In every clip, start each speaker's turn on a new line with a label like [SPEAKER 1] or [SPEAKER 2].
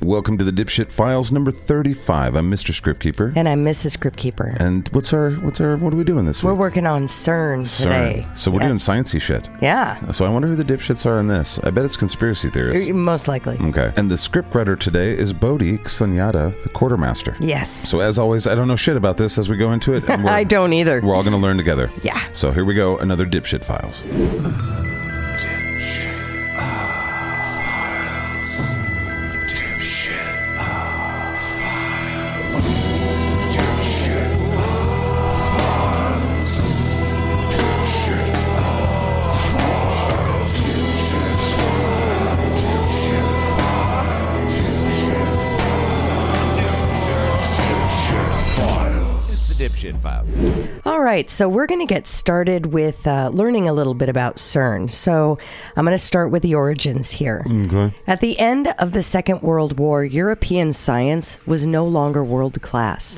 [SPEAKER 1] Welcome to the Dipshit Files number 35. I'm Mr. Scriptkeeper.
[SPEAKER 2] And I'm Mrs. Cryptkeeper.
[SPEAKER 1] And what's our what's our what are we doing this
[SPEAKER 2] We're
[SPEAKER 1] week?
[SPEAKER 2] working on CERN today.
[SPEAKER 1] CERN. So we're doing
[SPEAKER 2] That's-
[SPEAKER 1] sciencey shit.
[SPEAKER 2] Yeah,
[SPEAKER 1] So I wonder who the dipshits are in this. I bet it's conspiracy theorists.
[SPEAKER 2] most likely.
[SPEAKER 1] Okay. And the scriptwriter today is Bodhi Sanyata, the quartermaster.
[SPEAKER 2] Yes.
[SPEAKER 1] So as always, I don't know shit about this as we go into it. and we're-
[SPEAKER 2] I don't either.
[SPEAKER 1] We're all going to learn together.
[SPEAKER 2] Yeah.
[SPEAKER 1] So here we go. Another dipshit files.
[SPEAKER 3] the dipshit files.
[SPEAKER 2] All right, so we're going to get started with uh, learning a little bit about CERN. So I'm going to start with the origins here. Okay. At the end of the Second World War, European science was no longer world class.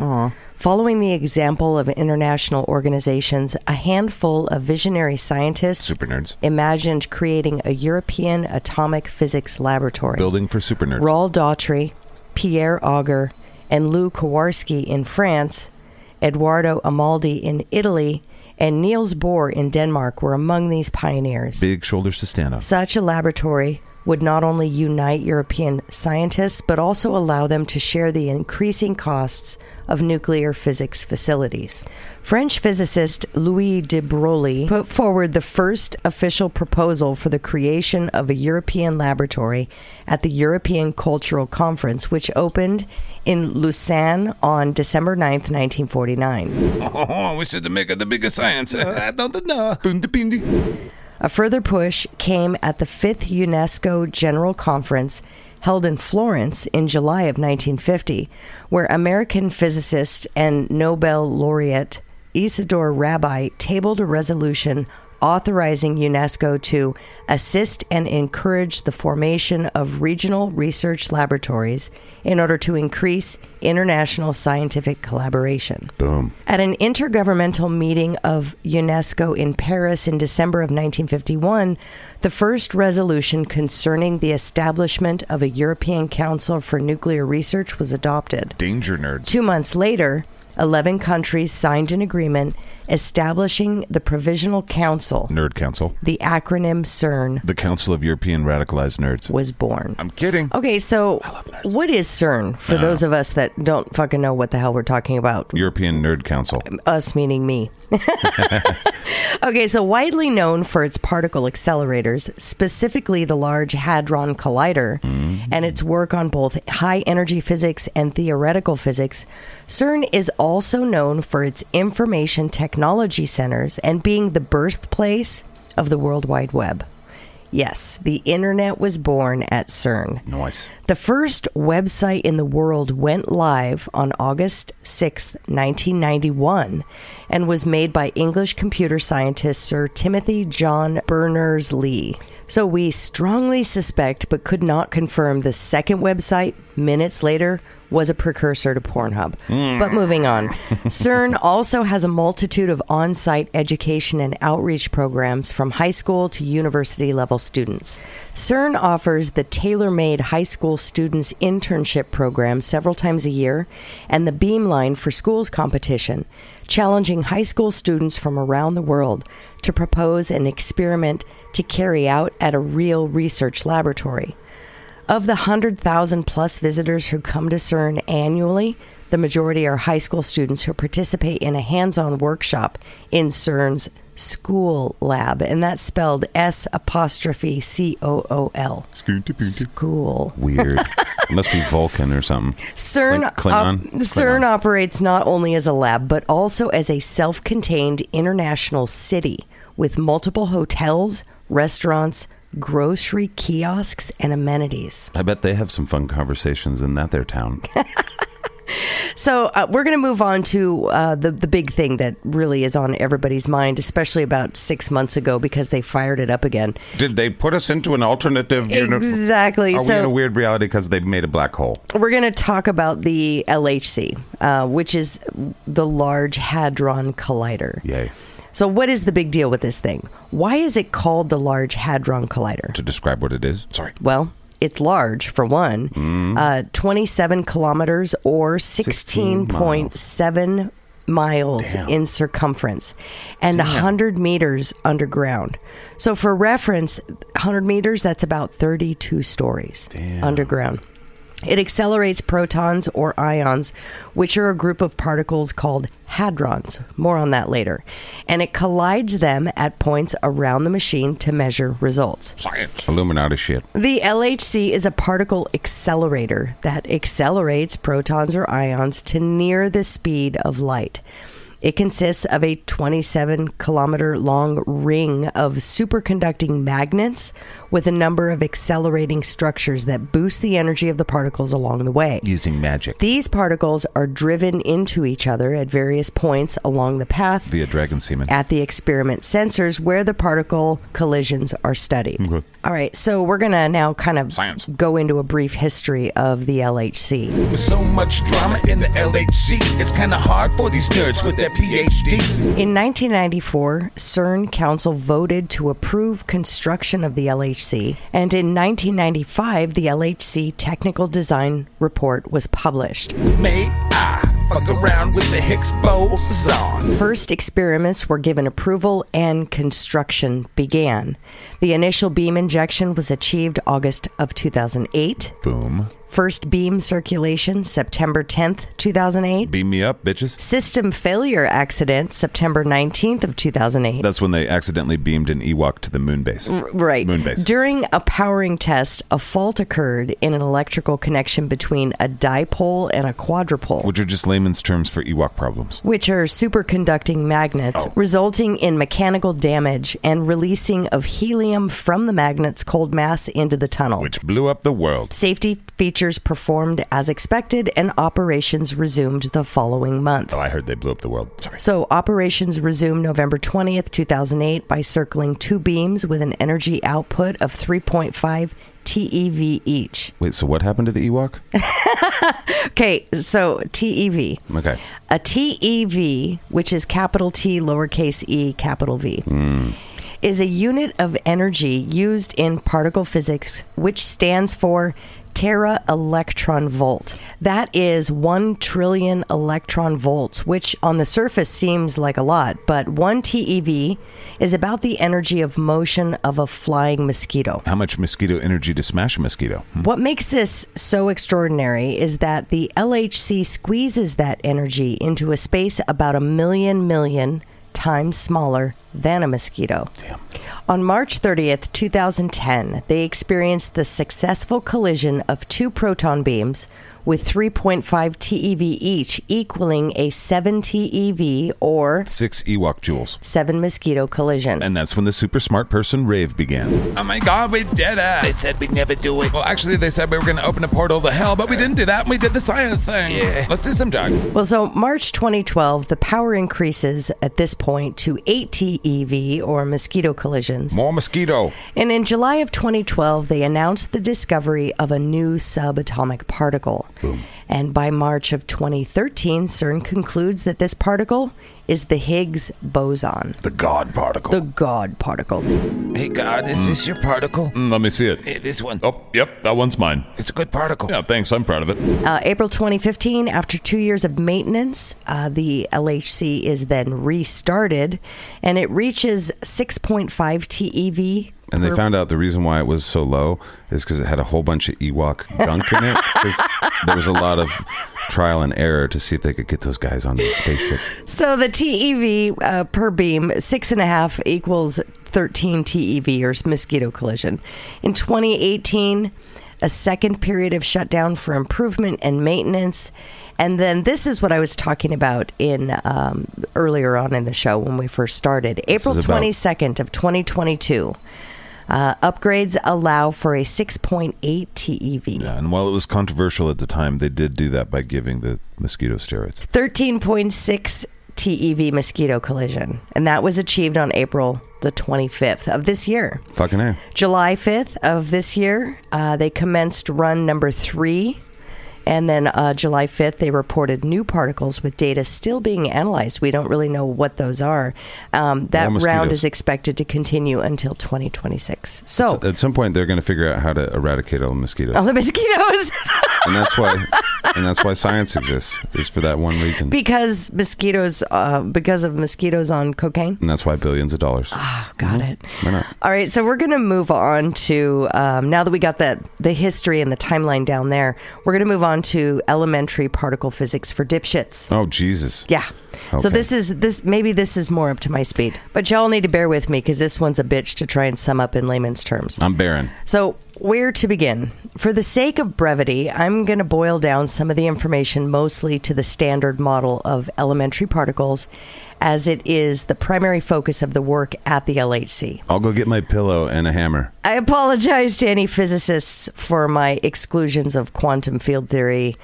[SPEAKER 2] Following the example of international organizations, a handful of visionary scientists
[SPEAKER 1] Super nerds.
[SPEAKER 2] imagined creating a European atomic physics laboratory.
[SPEAKER 1] Building for super nerds.
[SPEAKER 2] Roald Daughtry, Pierre Auger, and Lou Kowarski in France, Eduardo Amaldi in Italy, and Niels Bohr in Denmark were among these pioneers.
[SPEAKER 1] Big shoulders to stand on.
[SPEAKER 2] Such a laboratory would not only unite European scientists, but also allow them to share the increasing costs of nuclear physics facilities. French physicist Louis de Broglie put forward the first official proposal for the creation of a European laboratory at the European Cultural Conference, which opened in Lausanne on December 9th, 1949.
[SPEAKER 1] Oh, we should make it the biggest science. I don't know. Bindi.
[SPEAKER 2] A further push came at the fifth UNESCO General Conference held in Florence in July of 1950, where American physicist and Nobel laureate Isidore Rabbi tabled a resolution authorizing UNESCO to assist and encourage the formation of regional research laboratories in order to increase international scientific collaboration.
[SPEAKER 1] Boom.
[SPEAKER 2] At an intergovernmental meeting of UNESCO in Paris in December of 1951, the first resolution concerning the establishment of a European Council for Nuclear Research was adopted.
[SPEAKER 1] Danger nerds.
[SPEAKER 2] Two months later, 11 countries signed an agreement establishing the Provisional Council.
[SPEAKER 1] Nerd Council.
[SPEAKER 2] The acronym CERN
[SPEAKER 1] The Council of European Radicalized Nerds.
[SPEAKER 2] was born.
[SPEAKER 1] I'm kidding.
[SPEAKER 2] Okay, so what is CERN for those of us that don't fucking know what the hell we're talking about?
[SPEAKER 1] European Nerd Council.
[SPEAKER 2] us meaning me. okay, so widely known for its particle accelerators, specifically the Large Hadron Collider, and its work on both high energy physics and theoretical physics, CERN is also known for its information technology centers and being the birthplace of the World Wide Web. Yes, the internet was born at CERN.
[SPEAKER 1] Nice.
[SPEAKER 2] The first website in the world went live on August sixth, 1991, and was made by English computer scientist Sir Timothy John Berners Lee. So we strongly suspect, but could not confirm, the second website minutes later was a precursor to Pornhub. But moving on, CERN also has a multitude of on site education and outreach programs from high school to university level students. CERN offers the tailor made high school students internship program several times a year and the Beamline for Schools competition, challenging high school students from around the world to propose an experiment to carry out at a real research laboratory. Of the 100,000 plus visitors who come to CERN annually, the majority are high school students who participate in a hands on workshop in CERN's school lab. And that's spelled S apostrophe C O O L. School.
[SPEAKER 1] Weird. Must be Vulcan or something.
[SPEAKER 2] CERN,
[SPEAKER 1] Like Klingon?
[SPEAKER 2] op-
[SPEAKER 1] It's
[SPEAKER 2] CERN
[SPEAKER 1] Klingon.
[SPEAKER 2] operates not only as a lab, but also as a self contained international city with multiple hotels, restaurants, grocery kiosks, and amenities.
[SPEAKER 1] I bet they have some fun conversations in that their town.
[SPEAKER 2] So uh, we're going to move on to uh, the the big thing that really is on everybody's mind, especially about six months ago because they fired it up again.
[SPEAKER 1] Did they put us into an alternative universe?
[SPEAKER 2] Exactly.
[SPEAKER 1] Are we in a
[SPEAKER 2] so
[SPEAKER 1] weird reality because they made a black hole?
[SPEAKER 2] we're going to talk about the LHC, uh, which is the Large Hadron Collider.
[SPEAKER 1] Yay.
[SPEAKER 2] So what is the big deal with this thing? Why is it called the Large Hadron Collider?
[SPEAKER 1] To describe what it is. Sorry.
[SPEAKER 2] Well, it's large for one, uh, 27 kilometers or
[SPEAKER 4] 16 miles.
[SPEAKER 2] 16.7 miles in circumference and 100 meters underground. So, for reference, 100 meters, that's about 32 stories underground. It accelerates protons or ions, which are a group of particles called hadrons. More on that later. And it collides them at points around the machine to measure results.
[SPEAKER 1] Science.
[SPEAKER 4] Illuminati shit.
[SPEAKER 2] The LHC is a particle accelerator that accelerates protons or ions to near the speed of light. It consists of a 27 kilometer long ring of superconducting magnets with a number of accelerating structures that boost the energy of the particles along the way.
[SPEAKER 4] Using magic
[SPEAKER 2] These particles are driven into each other at various points along the path
[SPEAKER 4] via dragon semen.
[SPEAKER 2] at the experiment sensors where the particle collisions are studied. All right, so we're going to now kind of
[SPEAKER 1] Science.
[SPEAKER 2] go into a brief history of the LHC.
[SPEAKER 1] There's so much drama in the LHC. It's kind of hard for these nerds with their PhDs.
[SPEAKER 2] In 1994, CERN Council voted to approve construction of the LHC, and in 1995, the LHC technical design report was published.
[SPEAKER 1] May I fuck around with the Higgs boson?
[SPEAKER 2] First experiments were given approval and construction began. The initial beam injection was achieved August of 2008.
[SPEAKER 4] Boom.
[SPEAKER 2] First beam circulation, September 10th, 2008.
[SPEAKER 4] Beam me up, bitches.
[SPEAKER 2] System failure accident, September 19th of 2008.
[SPEAKER 4] That's when they accidentally beamed an Ewok to the moon base.
[SPEAKER 2] Right.
[SPEAKER 4] Moon base.
[SPEAKER 2] During a powering test, a fault occurred in an electrical connection between a dipole and a quadrupole,
[SPEAKER 4] which are just layman's terms for Ewok problems.
[SPEAKER 2] which are superconducting magnets,
[SPEAKER 4] Oh.
[SPEAKER 2] resulting in mechanical damage and releasing of helium from the magnet's cold mass into the tunnel.
[SPEAKER 4] Which blew up the world.
[SPEAKER 2] Safety features performed as expected, and operations resumed the following month.
[SPEAKER 4] Oh, I heard they blew up the world. Sorry.
[SPEAKER 2] So operations resumed November 20th, 2008 by circling two beams with an energy output of 3.5 TeV E each.
[SPEAKER 4] Wait, so what happened to the Ewok?
[SPEAKER 2] Okay, so E TeV.
[SPEAKER 4] Okay.
[SPEAKER 2] A TeV, which is capital T, lowercase e, capital V, is a unit of energy used in particle physics, which stands for tera electron volt. That is 1 trillion electron volts, which on the surface seems like a lot, but 1 TeV is about the energy of motion of a flying mosquito.
[SPEAKER 4] How much mosquito energy to smash a mosquito? Hmm.
[SPEAKER 2] What makes this so extraordinary is that the LHC squeezes that energy into a space about a million million times smaller than a mosquito.
[SPEAKER 4] Hmm.
[SPEAKER 2] On March 30th, 2010, they experienced the successful collision of two proton beams with 3.5 TeV E each, equaling a 7 TeV or
[SPEAKER 4] Six Ewok joules.
[SPEAKER 2] 7 mosquito collision.
[SPEAKER 4] And that's when the super smart person rave began.
[SPEAKER 1] Oh my god, we did it! They said we'd never do it. Well, actually, they said we were gonna open a portal to hell, but we didn't do that and we did the science thing. Yeah. Let's do some drugs.
[SPEAKER 2] Well, so March 2012, the power increases at this point to 8 TeV or mosquito collisions.
[SPEAKER 4] More mosquito.
[SPEAKER 2] And in July of 2012, they announced the discovery of a new subatomic particle. And by March of 2013, CERN concludes that this particle is the Higgs boson,
[SPEAKER 1] The God particle.
[SPEAKER 2] the God particle.
[SPEAKER 1] hey God, is this your particle?
[SPEAKER 4] Mm, let me see it.
[SPEAKER 1] Hey, this one.
[SPEAKER 4] Oh, yep, that one's mine.
[SPEAKER 1] It's a good particle.
[SPEAKER 4] Yeah, thanks. I'm proud of it.
[SPEAKER 2] Uh, April 2015, after two years of maintenance, uh, the LHC is then restarted and it reaches 6.5 TeV.
[SPEAKER 4] And they found out the reason why it was so low is because it had a whole bunch of Ewok gunk in it. 'Cause there was a lot of trial and error to see if they could get those guys onto the spaceship.
[SPEAKER 2] So the TeV uh, per beam, six and a half equals 13 TeV or mosquito collision. In 2018, a second period of shutdown for improvement and maintenance. And then this is what I was talking about in um, earlier on in the show when we first started. April
[SPEAKER 4] is about-
[SPEAKER 2] 22nd of 2022. Uh, upgrades allow for a 6.8 TeV.
[SPEAKER 4] Yeah, and while it was controversial at the time, they did do that by giving the mosquito steroids.
[SPEAKER 2] 13.6 TeV E mosquito collision, and that was achieved on April the 25th of this year.
[SPEAKER 4] Fucking A.
[SPEAKER 2] July 5th of this year, uh, they commenced run number three. And then uh, July 5th, they reported new particles with data still being analyzed. We don't really know what those are. Um, that
[SPEAKER 4] More
[SPEAKER 2] round
[SPEAKER 4] mosquitoes.
[SPEAKER 2] is expected to continue until 2026. So,
[SPEAKER 4] At some point, they're going to figure out how to eradicate all the mosquitoes,
[SPEAKER 2] all the mosquitoes,
[SPEAKER 4] and that's why, and that's why science exists is for that one reason,
[SPEAKER 2] because mosquitoes, uh, because of mosquitoes on cocaine.
[SPEAKER 4] and that's why billions of dollars.
[SPEAKER 2] Oh, got it.
[SPEAKER 4] Mm-hmm. Why not?
[SPEAKER 2] All right, so we're going to move on to um, now that we got the the history and the timeline down there. We're going to move on to elementary particle physics for dipshits.
[SPEAKER 4] Oh Jesus!
[SPEAKER 2] Yeah. So
[SPEAKER 4] Okay.
[SPEAKER 2] this is this maybe this is more up to my speed, but y'all need to bear with me because this one's a bitch to try and sum up in layman's terms.
[SPEAKER 4] I'm barren.
[SPEAKER 2] So, where to begin? For the sake of brevity, I'm going to boil down some of the information mostly to the standard model of elementary particles, as it is the primary focus of the work at the LHC.
[SPEAKER 4] I'll go get my pillow and a hammer.
[SPEAKER 2] I apologize to any physicists for my exclusions of quantum field theory,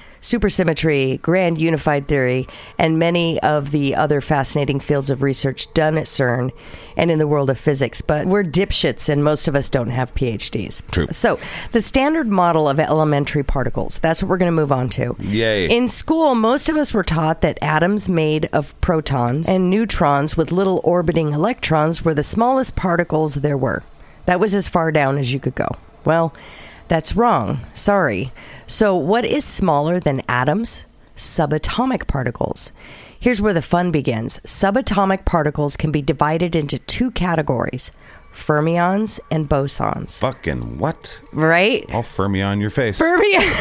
[SPEAKER 2] supersymmetry, grand unified theory, and many of the other fascinating fields of research done at CERN and in the world of physics. But we're dipshits, and most of us don't have PhDs.
[SPEAKER 4] True.
[SPEAKER 2] So, the standard model of elementary particles, that's what we're going to move on to.
[SPEAKER 4] Yay.
[SPEAKER 2] In school, most of us were taught that atoms made of protons and neutrons with little orbiting electrons were the smallest particles there were. That was as far down as you could go. Well, that's wrong. Sorry. So, what is smaller than atoms? Subatomic particles. Here's where the fun begins. Subatomic particles can be divided into two categories fermions and bosons,
[SPEAKER 4] Fucking what?
[SPEAKER 2] right?
[SPEAKER 4] I'll fermi on your face.
[SPEAKER 2] Fermion-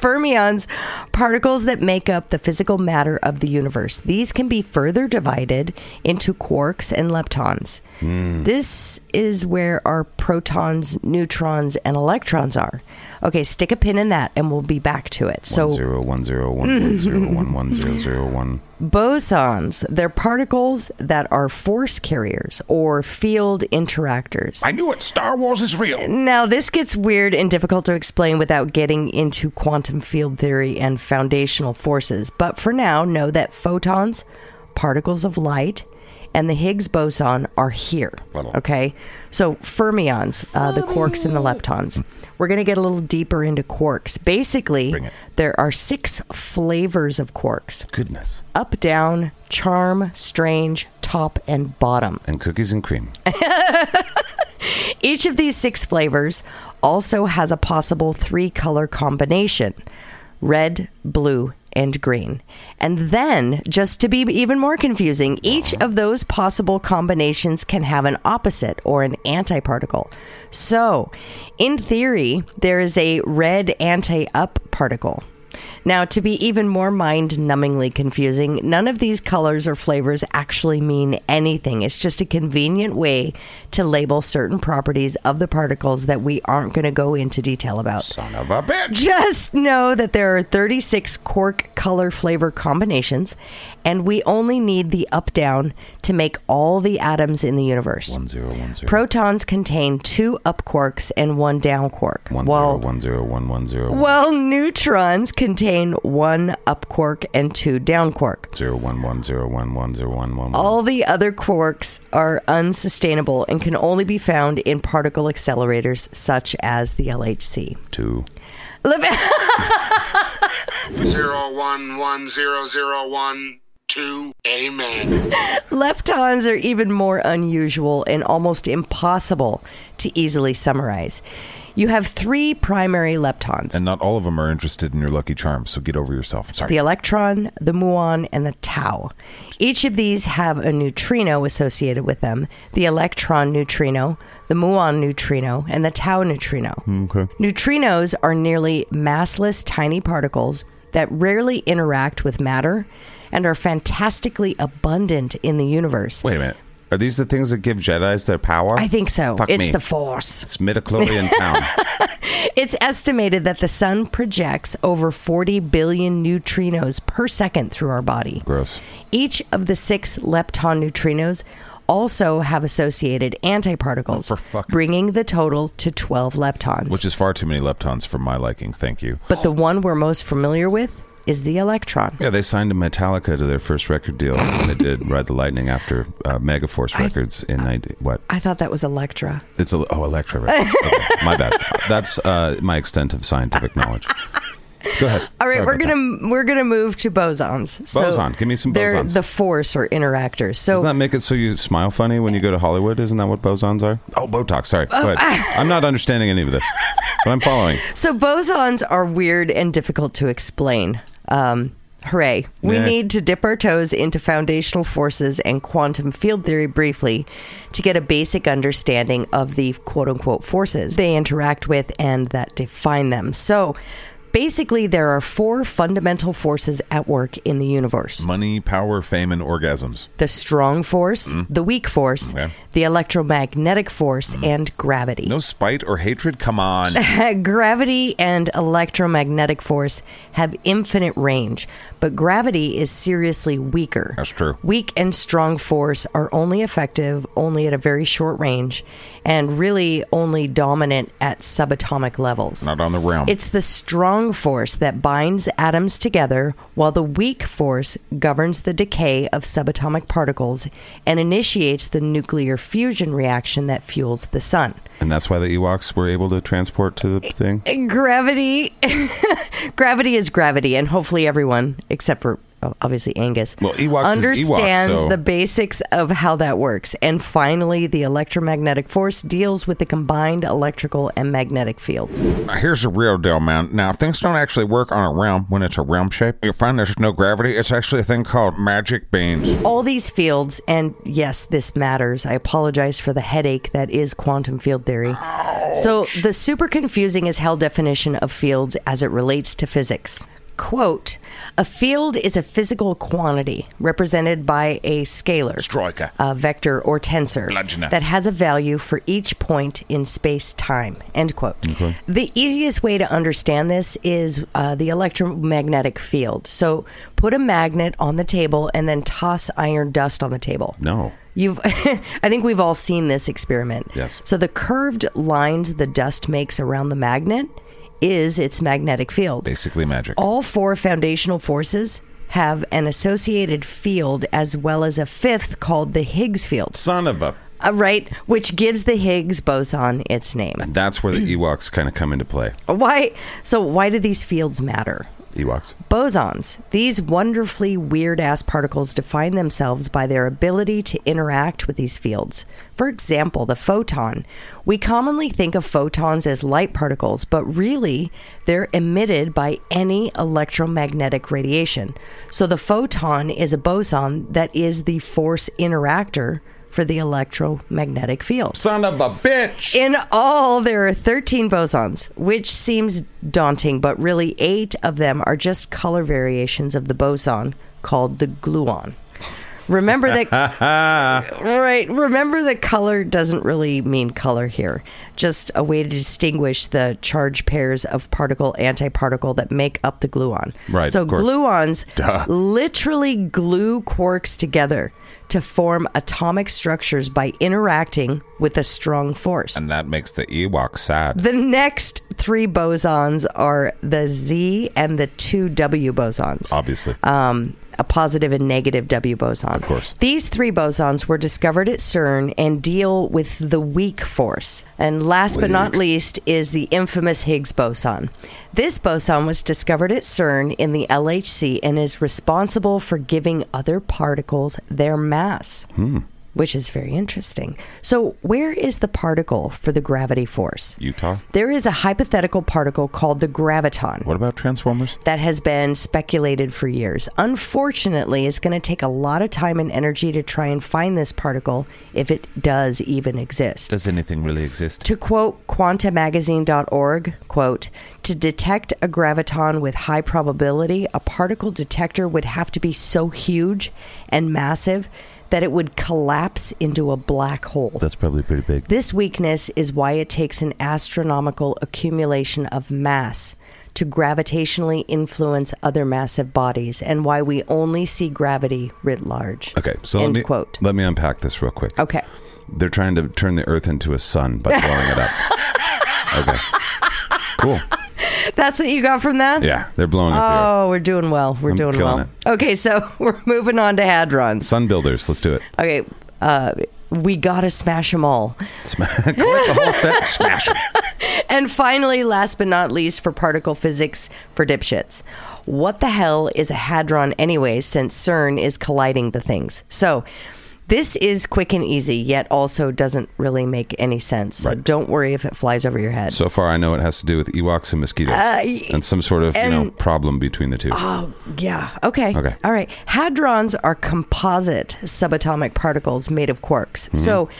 [SPEAKER 2] fermions, particles that make up the physical matter of the universe. These can be further divided into quarks and leptons.
[SPEAKER 4] Hmm.
[SPEAKER 2] This is where our protons, neutrons, and electrons are. Okay, stick a pin in that, and we'll be back to it. So
[SPEAKER 4] One zero one zero one one zero one one zero zero one.
[SPEAKER 2] bosons, they're particles that are force carriers or field interactors.
[SPEAKER 1] I knew it. Star Wars is real.
[SPEAKER 2] Now, this gets weird and difficult to explain without getting into quantum field theory and foundational forces. But for now, know that photons, particles of light, and the Higgs boson are here. Okay? So, fermions, uh, the quarks and the leptons. We're going to get a little deeper into quarks. Basically,
[SPEAKER 4] Bring it.
[SPEAKER 2] there are six flavors of quarks
[SPEAKER 4] Goodness.
[SPEAKER 2] up, down, charm, strange, top, and bottom.
[SPEAKER 4] And cookies and cream.
[SPEAKER 2] Eh. Each of these six flavors also has a possible three color combination red, blue, and green. And then, just to be even more confusing, each of those possible combinations can have an opposite or an antiparticle. So, in theory, there is a red anti up particle. Now, to be even more mind numbingly confusing, none of these colors or flavors actually mean anything. It's just a convenient way to label certain properties of the particles that we aren't going to go into detail about.
[SPEAKER 4] Son of a bitch.
[SPEAKER 2] Just know that there are 36 quark color flavor combinations, and we only need the up down to make all the atoms in the universe.
[SPEAKER 4] One zero one zero.
[SPEAKER 2] Protons contain two up quarks and one down quark.
[SPEAKER 4] One zero
[SPEAKER 2] while
[SPEAKER 4] one zero one one zero one
[SPEAKER 2] well, neutrons contain one up quark and two down quark.
[SPEAKER 4] zero one one zero one one zero one one.
[SPEAKER 2] All the other quarks are unsustainable and can only be found in particle accelerators such as the LHC.
[SPEAKER 4] two.
[SPEAKER 2] Lev-
[SPEAKER 5] zero one one zero zero one two. Amen.
[SPEAKER 2] Leptons are even more unusual and almost impossible to easily summarize. You have three primary leptons.
[SPEAKER 6] And not all of them are interested in your lucky charms, so get over yourself. Sorry.
[SPEAKER 2] the electron, the muon, and the tau. Each of these have a neutrino associated with them the electron neutrino, the muon neutrino, and the tau neutrino. Okay. Neutrinos are nearly massless tiny particles that rarely interact with matter and are fantastically abundant in the universe.
[SPEAKER 4] Wait a minute. Are these the things that give Jedi's their power?
[SPEAKER 2] I think so.
[SPEAKER 4] Fuck
[SPEAKER 2] it's
[SPEAKER 4] me.
[SPEAKER 2] the force.
[SPEAKER 4] It's midichlorian town.
[SPEAKER 2] It's estimated that the sun projects over 40 billion neutrinos per second through our body.
[SPEAKER 4] Gross.
[SPEAKER 2] Each of the six lepton neutrinos also have associated antiparticles,
[SPEAKER 6] Oh, For fuck-
[SPEAKER 2] bringing the total to 12 leptons.
[SPEAKER 6] Which is far too many leptons for my liking. Thank you.
[SPEAKER 2] but the one we're most familiar with is the electron.
[SPEAKER 4] Yeah, they signed Metallica to their first record deal, and they did Ride the Lightning after uh, Megaforce Records in 90. What?
[SPEAKER 2] I thought that was Electra.
[SPEAKER 4] It's a, oh Electra. Records. Okay, my bad. That's uh, my extent of scientific knowledge. Go ahead.
[SPEAKER 2] All right,
[SPEAKER 4] Sorry
[SPEAKER 2] we're
[SPEAKER 4] about
[SPEAKER 2] gonna we're gonna move to bosons. So
[SPEAKER 4] Boson. Give me some
[SPEAKER 2] They're
[SPEAKER 4] bosons.
[SPEAKER 2] the force or interactors.
[SPEAKER 4] Doesn't
[SPEAKER 2] So
[SPEAKER 4] that make it so you smile funny when you go to Hollywood? Isn't that what bosons are? Oh, Botox. Sorry. Go ahead.
[SPEAKER 2] ah.
[SPEAKER 4] I'm not understanding any of this, but I'm following.
[SPEAKER 2] so bosons are weird and difficult to explain. Um, hooray! We
[SPEAKER 4] Yeah.
[SPEAKER 2] need to dip our toes into foundational forces and quantum field theory briefly to get a basic understanding of the quote unquote forces they interact with and that define them. So. Basically, there are four fundamental forces at work in the universe.
[SPEAKER 6] Money, power, fame, and orgasms.
[SPEAKER 2] the strong force, the weak force,
[SPEAKER 6] Okay.
[SPEAKER 2] the electromagnetic force, and gravity.
[SPEAKER 6] No spite or hatred. Come on.
[SPEAKER 2] gravity and electromagnetic force have infinite range, but gravity is seriously weaker.
[SPEAKER 6] That's true.
[SPEAKER 2] Weak and strong force are only effective only at a very short range and really only dominant at subatomic levels.
[SPEAKER 6] not on the realm.
[SPEAKER 2] It's the strong force that binds atoms together, while the weak force governs the decay of subatomic particles and initiates the nuclear fusion reaction that fuels the sun.
[SPEAKER 4] And that's why the Ewoks were able to transport to the thing.
[SPEAKER 2] Gravity, gravity is gravity, and hopefully everyone, except for oh, obviously Angus,
[SPEAKER 6] Well, Ewoks is Ewoks,
[SPEAKER 2] understands
[SPEAKER 6] so-
[SPEAKER 2] the basics of how that works. And finally, the electromagnetic force deals with the combined electrical and magnetic fields.
[SPEAKER 6] Now, here's the real deal, man. Now, things don't actually work on a realm when it's a realm shape. You'll find there's no gravity. It's actually a thing called magic beans.
[SPEAKER 2] all these fields, and yes, this matters. I apologize for the headache that is quantum field theory. So, the super confusing as hell definition of fields as it relates to physics. Quote, a field is a physical quantity represented by a scalar,
[SPEAKER 6] Striker.
[SPEAKER 2] a uh, vector, or tensor
[SPEAKER 6] Bludgeoner.
[SPEAKER 2] that has a value for each point in space time. End quote. The easiest way to understand this is uh, the electromagnetic field. So put a magnet on the table and then toss iron dust on the table.
[SPEAKER 4] No.
[SPEAKER 2] You've, I think we've all seen this experiment.
[SPEAKER 4] Yes.
[SPEAKER 2] So the curved lines the dust makes around the magnet is its magnetic field.
[SPEAKER 6] Basically magic.
[SPEAKER 2] All four foundational forces have an associated field as well as a fifth called the Higgs field,
[SPEAKER 6] Son of a.
[SPEAKER 2] uh, right? Which gives the Higgs boson its name.
[SPEAKER 4] That's where
[SPEAKER 2] Mm.
[SPEAKER 4] the Ewoks kind of come into play.
[SPEAKER 2] Why? So why do these fields matter?
[SPEAKER 4] Ewoks.
[SPEAKER 2] Bosons, these wonderfully weird ass particles define themselves by their ability to interact with these fields. For example, the photon. We commonly think of photons as light particles, but really, they're emitted by any electromagnetic radiation. So the photon is a boson that is the force interactor for the electromagnetic field.
[SPEAKER 6] Son of a bitch!
[SPEAKER 2] In all, there are 13 bosons, which seems daunting, but really eight of them are just color variations of the boson called the gluon. Remember that, right? Remember that color doesn't really mean color here, just a way to distinguish the charge pairs of particle antiparticle that make up the gluon.
[SPEAKER 4] Right,
[SPEAKER 2] So
[SPEAKER 4] of course.
[SPEAKER 2] gluons literally glue quarks together to form atomic structures by interacting with a strong force.
[SPEAKER 6] And that makes the Ewok sad.
[SPEAKER 2] The next three bosons are the Z and the two W bosons.
[SPEAKER 4] Oh.
[SPEAKER 6] Obviously.
[SPEAKER 2] Um, a positive and negative W boson. Of
[SPEAKER 6] course.
[SPEAKER 2] These three bosons were discovered at CERN and deal with the weak force. And last but not least is the infamous Higgs boson. This boson was discovered at CERN in the LHC and is responsible for giving other particles their mass. Which is very interesting. So, where is the particle for the gravity force?
[SPEAKER 4] Utah.
[SPEAKER 2] There is a hypothetical particle called the graviton
[SPEAKER 4] What about Transformers?
[SPEAKER 2] that has been speculated for years. Unfortunately, it's going to take a lot of time and energy to try and find this particle if it does even exist.
[SPEAKER 6] Does anything really exist?
[SPEAKER 2] to quote quantamagazine.org, quote, to detect a graviton with high probability, a particle detector would have to be so huge and massive that it would collapse into a black hole.
[SPEAKER 4] That's probably pretty big.
[SPEAKER 2] This weakness is why it takes an astronomical accumulation of mass to gravitationally influence other massive bodies, and why we only see gravity writ large.
[SPEAKER 4] Okay, so
[SPEAKER 2] End
[SPEAKER 4] let me
[SPEAKER 2] quote. Oh.
[SPEAKER 4] let me unpack this real quick.
[SPEAKER 2] Okay.
[SPEAKER 4] They're trying to turn the Earth into a sun by blowing it up. Okay, cool.
[SPEAKER 2] That's what you got from that?
[SPEAKER 4] Yeah, they're blowing up the Earth.
[SPEAKER 2] Oh, we're doing well. We're
[SPEAKER 4] I'm
[SPEAKER 2] doing
[SPEAKER 4] killing
[SPEAKER 2] well. Okay, so we're moving on to hadrons.
[SPEAKER 4] Sun builders, let's do it.
[SPEAKER 2] Okay. Uh, we gotta smash them all.
[SPEAKER 4] Collect the whole set, smash it.
[SPEAKER 2] And finally, last but not least, for particle physics for dipshits. What the hell is a hadron, anyway, since CERN is colliding the things? So, this is quick and easy, yet also doesn't really make any sense. So, don't worry if it flies over your head.
[SPEAKER 4] So far, I know it has to do with Ewoks and mosquitoes and some sort of you know
[SPEAKER 2] Uh, and- uh,
[SPEAKER 4] problem between the two.
[SPEAKER 2] Yeah. Okay.
[SPEAKER 4] Okay.
[SPEAKER 2] All right. Hadrons are composite subatomic particles made of quarks. So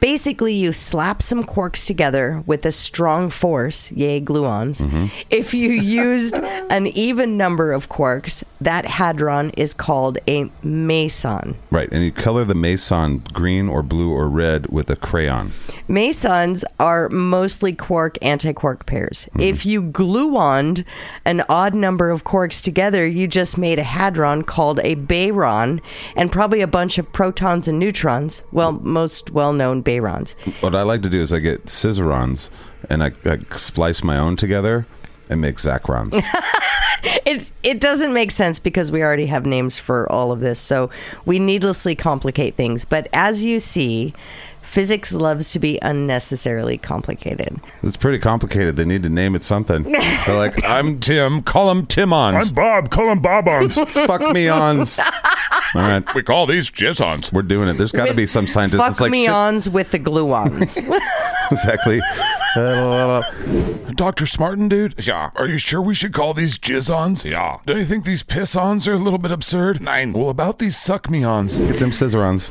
[SPEAKER 2] basically, you slap some quarks together with a strong force, yay, gluons. If you used an even number of quarks, that hadron is called a meson.
[SPEAKER 4] right, and you color the mason green or blue or red with a crayon.
[SPEAKER 2] Mesons are mostly quark antiquark pairs.
[SPEAKER 4] Mm-hmm.
[SPEAKER 2] If you gluoned an odd number of quarks together, you just made a hadron called a baron and probably a bunch of protons and neutrons. Well, most well known barons.
[SPEAKER 4] What I like to do is I get scissorons and I, I splice my own together and make zacrons.
[SPEAKER 2] It, it doesn't make sense because we already have names for all of this, so we needlessly complicate things. But as you see, physics loves to be unnecessarily complicated.
[SPEAKER 4] it's pretty complicated. They need to name it something. They're like, I'm Tim. Call him Timons.
[SPEAKER 6] Bob. Call him Bobons.
[SPEAKER 4] Fuck me ons. All right,
[SPEAKER 6] we call these jizzons.
[SPEAKER 4] we're doing it. There's got to be some scientist
[SPEAKER 2] Fuck
[SPEAKER 4] that's like,
[SPEAKER 2] me
[SPEAKER 4] "Shit,
[SPEAKER 2] ons with the gluons.
[SPEAKER 4] exactly.
[SPEAKER 6] Dr. Smartin, dude? Yeah.
[SPEAKER 1] Are you sure we should call these jizzons?
[SPEAKER 6] Yeah.
[SPEAKER 1] Don't you think these piss-ons are a little bit absurd? Nine. Well, about these suck-me-ons.
[SPEAKER 4] Get them scissorons.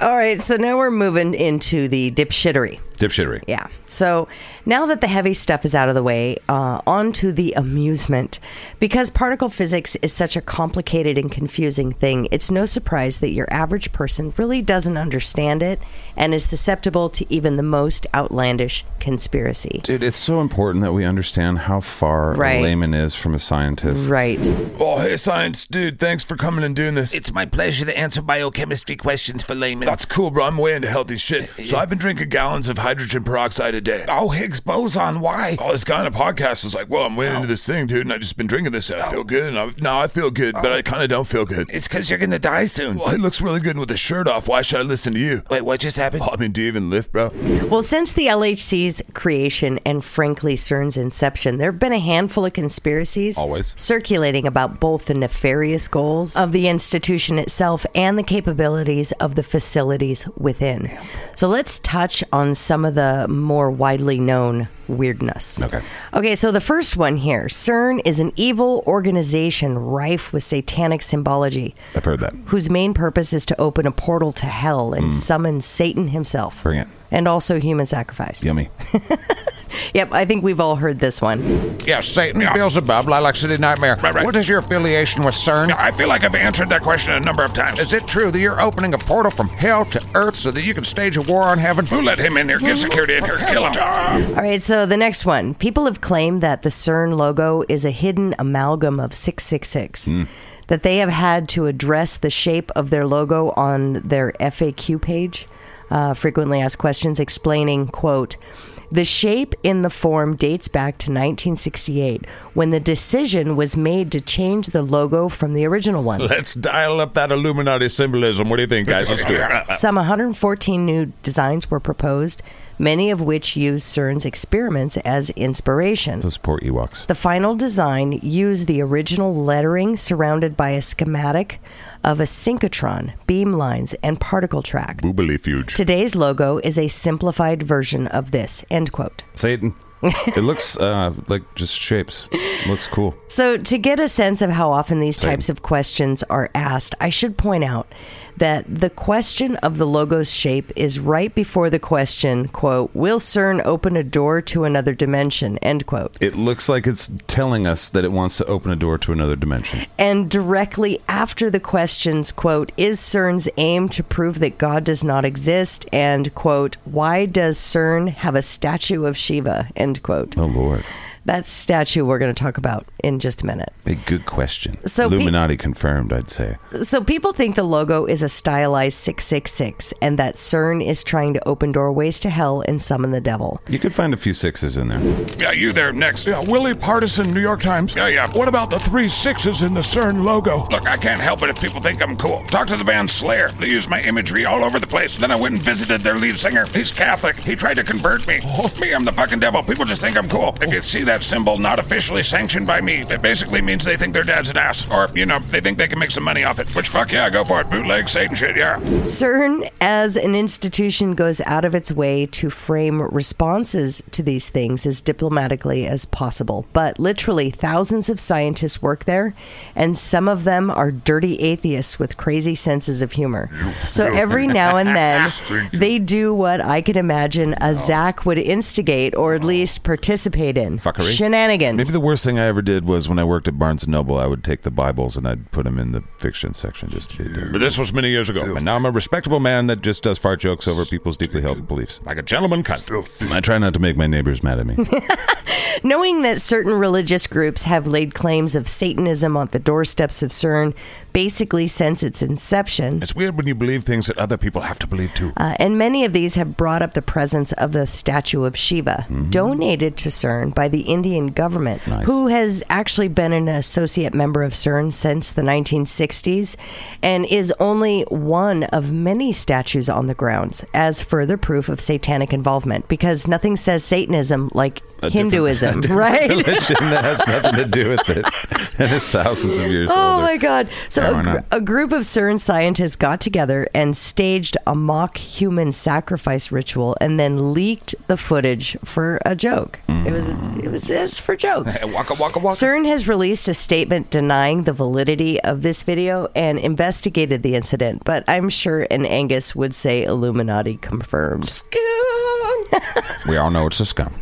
[SPEAKER 2] All right, so now we're moving into the dipshittery.
[SPEAKER 4] Dipshittery.
[SPEAKER 2] Yeah. So now that the heavy stuff is out of the way, uh, on to the amusement. Because particle physics is such a complicated and confusing thing, it's no surprise that your average person really doesn't understand it and is susceptible to even the most outlandish conspiracy.
[SPEAKER 4] Dude, it's so important that we understand how far
[SPEAKER 2] Right.
[SPEAKER 4] a layman is from a scientist.
[SPEAKER 2] Right.
[SPEAKER 1] Oh, hey, science dude, thanks for coming and doing this. It's my pleasure to answer biochemistry questions for laymen. That's cool, bro. I'm way into healthy shit. So I've been drinking gallons of hydrogen peroxide a day. Oh, Higgs boson, why? Oh, this guy on a podcast was like, "Well, I'm way into this thing, dude, and I just been drinking this. and I feel good, and I, now I feel good, but I kind of don't feel good. Oh. It's because you're gonna die soon. Well, it looks really good with the shirt off. Why should I listen to you? Wait, what just happened? I mean, do you even lift, bro?
[SPEAKER 2] Well, since the LHC's creation and frankly CERN's inception, there have been a handful of conspiracies
[SPEAKER 4] Always.
[SPEAKER 2] circulating about both the nefarious goals of the institution itself and the capabilities of the facilities within. So let's touch on some of the more widely known weirdness.
[SPEAKER 4] Okay.
[SPEAKER 2] Okay, so the first one here CERN is an evil organization rife with satanic symbology
[SPEAKER 4] I've heard that.
[SPEAKER 2] whose main purpose is to open a portal to hell and summon Satan himself.
[SPEAKER 4] Mm. Bring it.
[SPEAKER 2] And also human sacrifice.
[SPEAKER 4] Yummy.
[SPEAKER 2] Yep, I think we've all heard this one.
[SPEAKER 6] Yeah, Satan, Beelzebub, Lilac City Nightmare.
[SPEAKER 1] Right, right.
[SPEAKER 6] What is your affiliation with CERN?
[SPEAKER 1] I feel like I've answered that question a number of times.
[SPEAKER 6] Is it true that you're opening a portal from hell to earth so that you can stage a war on heaven?
[SPEAKER 1] Who let him in here? Get security in here. Kill him.
[SPEAKER 2] All right, so the next one. People have claimed that the CERN logo is a hidden amalgam of 666. That they have had to address the shape of their logo on their FAQ page, uh, frequently asked questions, explaining, quote, the shape in the form dates back to 1968 when the decision was made to change the logo from the original one.
[SPEAKER 6] Let's dial up that Illuminati symbolism. What do you think, guys? Let's do it.
[SPEAKER 2] Some 114 new designs were proposed, many of which used CERN's experiments as inspiration.
[SPEAKER 4] Those poor Ewoks.
[SPEAKER 2] The final design used the original lettering surrounded by a schematic of a synchrotron, beamlines, and particle track.
[SPEAKER 6] Boobalifuge.
[SPEAKER 2] Today's logo is a simplified version of this. End quote.
[SPEAKER 4] Satan. it looks uh, like just shapes. Looks cool.
[SPEAKER 2] So, to get a sense of how often these types of questions are asked, I should point out that the question of the logo's shape is right before the question, quote, will CERN open a door to another dimension, end quote,
[SPEAKER 4] It looks like it's telling us that it wants to open a door to another dimension.
[SPEAKER 2] and directly after the questions, quote, is CERN's aim to prove that God does not exist, and, quote, why does CERN have a statue of Shiva, end quote.
[SPEAKER 4] Oh, Lord.
[SPEAKER 2] That statue we're going to talk about in just a minute.
[SPEAKER 4] A good question.
[SPEAKER 2] So pe-
[SPEAKER 4] Illuminati confirmed, I'd say.
[SPEAKER 2] So people think the logo is a stylized 666 and that CERN is trying to open doorways to hell and summon the devil.
[SPEAKER 4] You could find a few sixes in there.
[SPEAKER 1] Yeah, you there next. Yeah, Willie Partisan, New York Times. Yeah, yeah. What about the three sixes in the CERN logo? Look, I can't help it if people think I'm cool. Talk to the band Slayer. They used my imagery all over the place. Then I went and visited their lead singer. He's Catholic. He tried to convert me. Me, I'm the fucking devil. People just think I'm cool. If you see that symbol not officially sanctioned by me, it basically means they think their dad's an ass. Or, you know, they think they can make some money off it. Which, fuck yeah, go for it. Bootleg, Satan shit, yeah.
[SPEAKER 2] CERN, as an institution, goes out of its way to frame responses to these things as diplomatically as possible. But literally, thousands of scientists work there, and some of them are dirty atheists with crazy senses of humor. So every now and then, they do what I can imagine
[SPEAKER 4] Oh.
[SPEAKER 2] a Zach would instigate or at least participate in
[SPEAKER 4] Fuckery?
[SPEAKER 2] shenanigans.
[SPEAKER 4] Maybe the worst thing I ever did was when I worked at Barnes and Noble, I would take the Bibles and I'd put them in the fiction section just to be a dick.
[SPEAKER 6] But this was many years ago, and now I'm a respectable man that just does fart jokes over people's deeply held beliefs. Like a gentleman cunt.
[SPEAKER 4] I try not to make my neighbors mad at me.
[SPEAKER 2] Knowing that certain religious groups have laid claims of Satanism on the doorsteps of CERN basically since its inception,
[SPEAKER 6] It's weird when you believe things that other people have to believe too.
[SPEAKER 2] uh, and many of these have brought up the presence of the statue of Shiva, donated to CERN by the Indian government, who has actually been an associate member of CERN since the 1960s and is only one of many statues on the grounds as further proof of satanic involvement because nothing says Satanism like Hinduism, right?
[SPEAKER 4] Religion that has nothing to do with it. And it's thousands of years
[SPEAKER 2] Oh
[SPEAKER 4] older.
[SPEAKER 2] my God. So,
[SPEAKER 4] Yeah,
[SPEAKER 2] a,
[SPEAKER 4] why
[SPEAKER 2] gr-
[SPEAKER 4] not?
[SPEAKER 2] a group of CERN scientists got together and staged a mock human sacrifice ritual and then leaked the footage for a joke. It was it was just for jokes.
[SPEAKER 6] Waka waka waka.
[SPEAKER 2] CERN has released a statement denying the validity of this video and investigated the incident, but I'm sure an Angus would say Illuminati confirmed.
[SPEAKER 6] we all know it's a scum.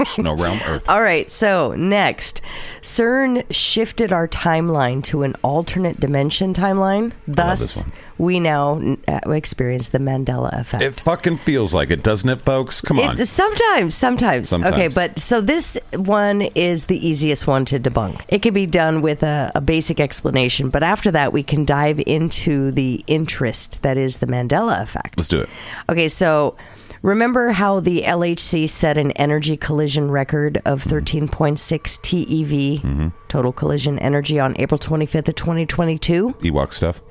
[SPEAKER 6] It's no realm earth.
[SPEAKER 2] All right, so next, CERN shifted our timeline to an alternate dimension timeline. Thus, we now uh, experience the Mandela effect.
[SPEAKER 4] It fucking feels like it, doesn't it, folks? Come on.
[SPEAKER 2] It- sometimes, sometimes,
[SPEAKER 4] Sometimes.
[SPEAKER 2] Okay, but so this one is the easiest one to debunk. It can be done with a, a basic explanation, but after that, we can dive into the interest that is the Mandela effect.
[SPEAKER 4] Let's do it.
[SPEAKER 2] Okay, so remember how the LHC set an energy collision record of 13.6 TeV, E total collision energy, on April 25th of 2022?
[SPEAKER 4] Ewok stuff.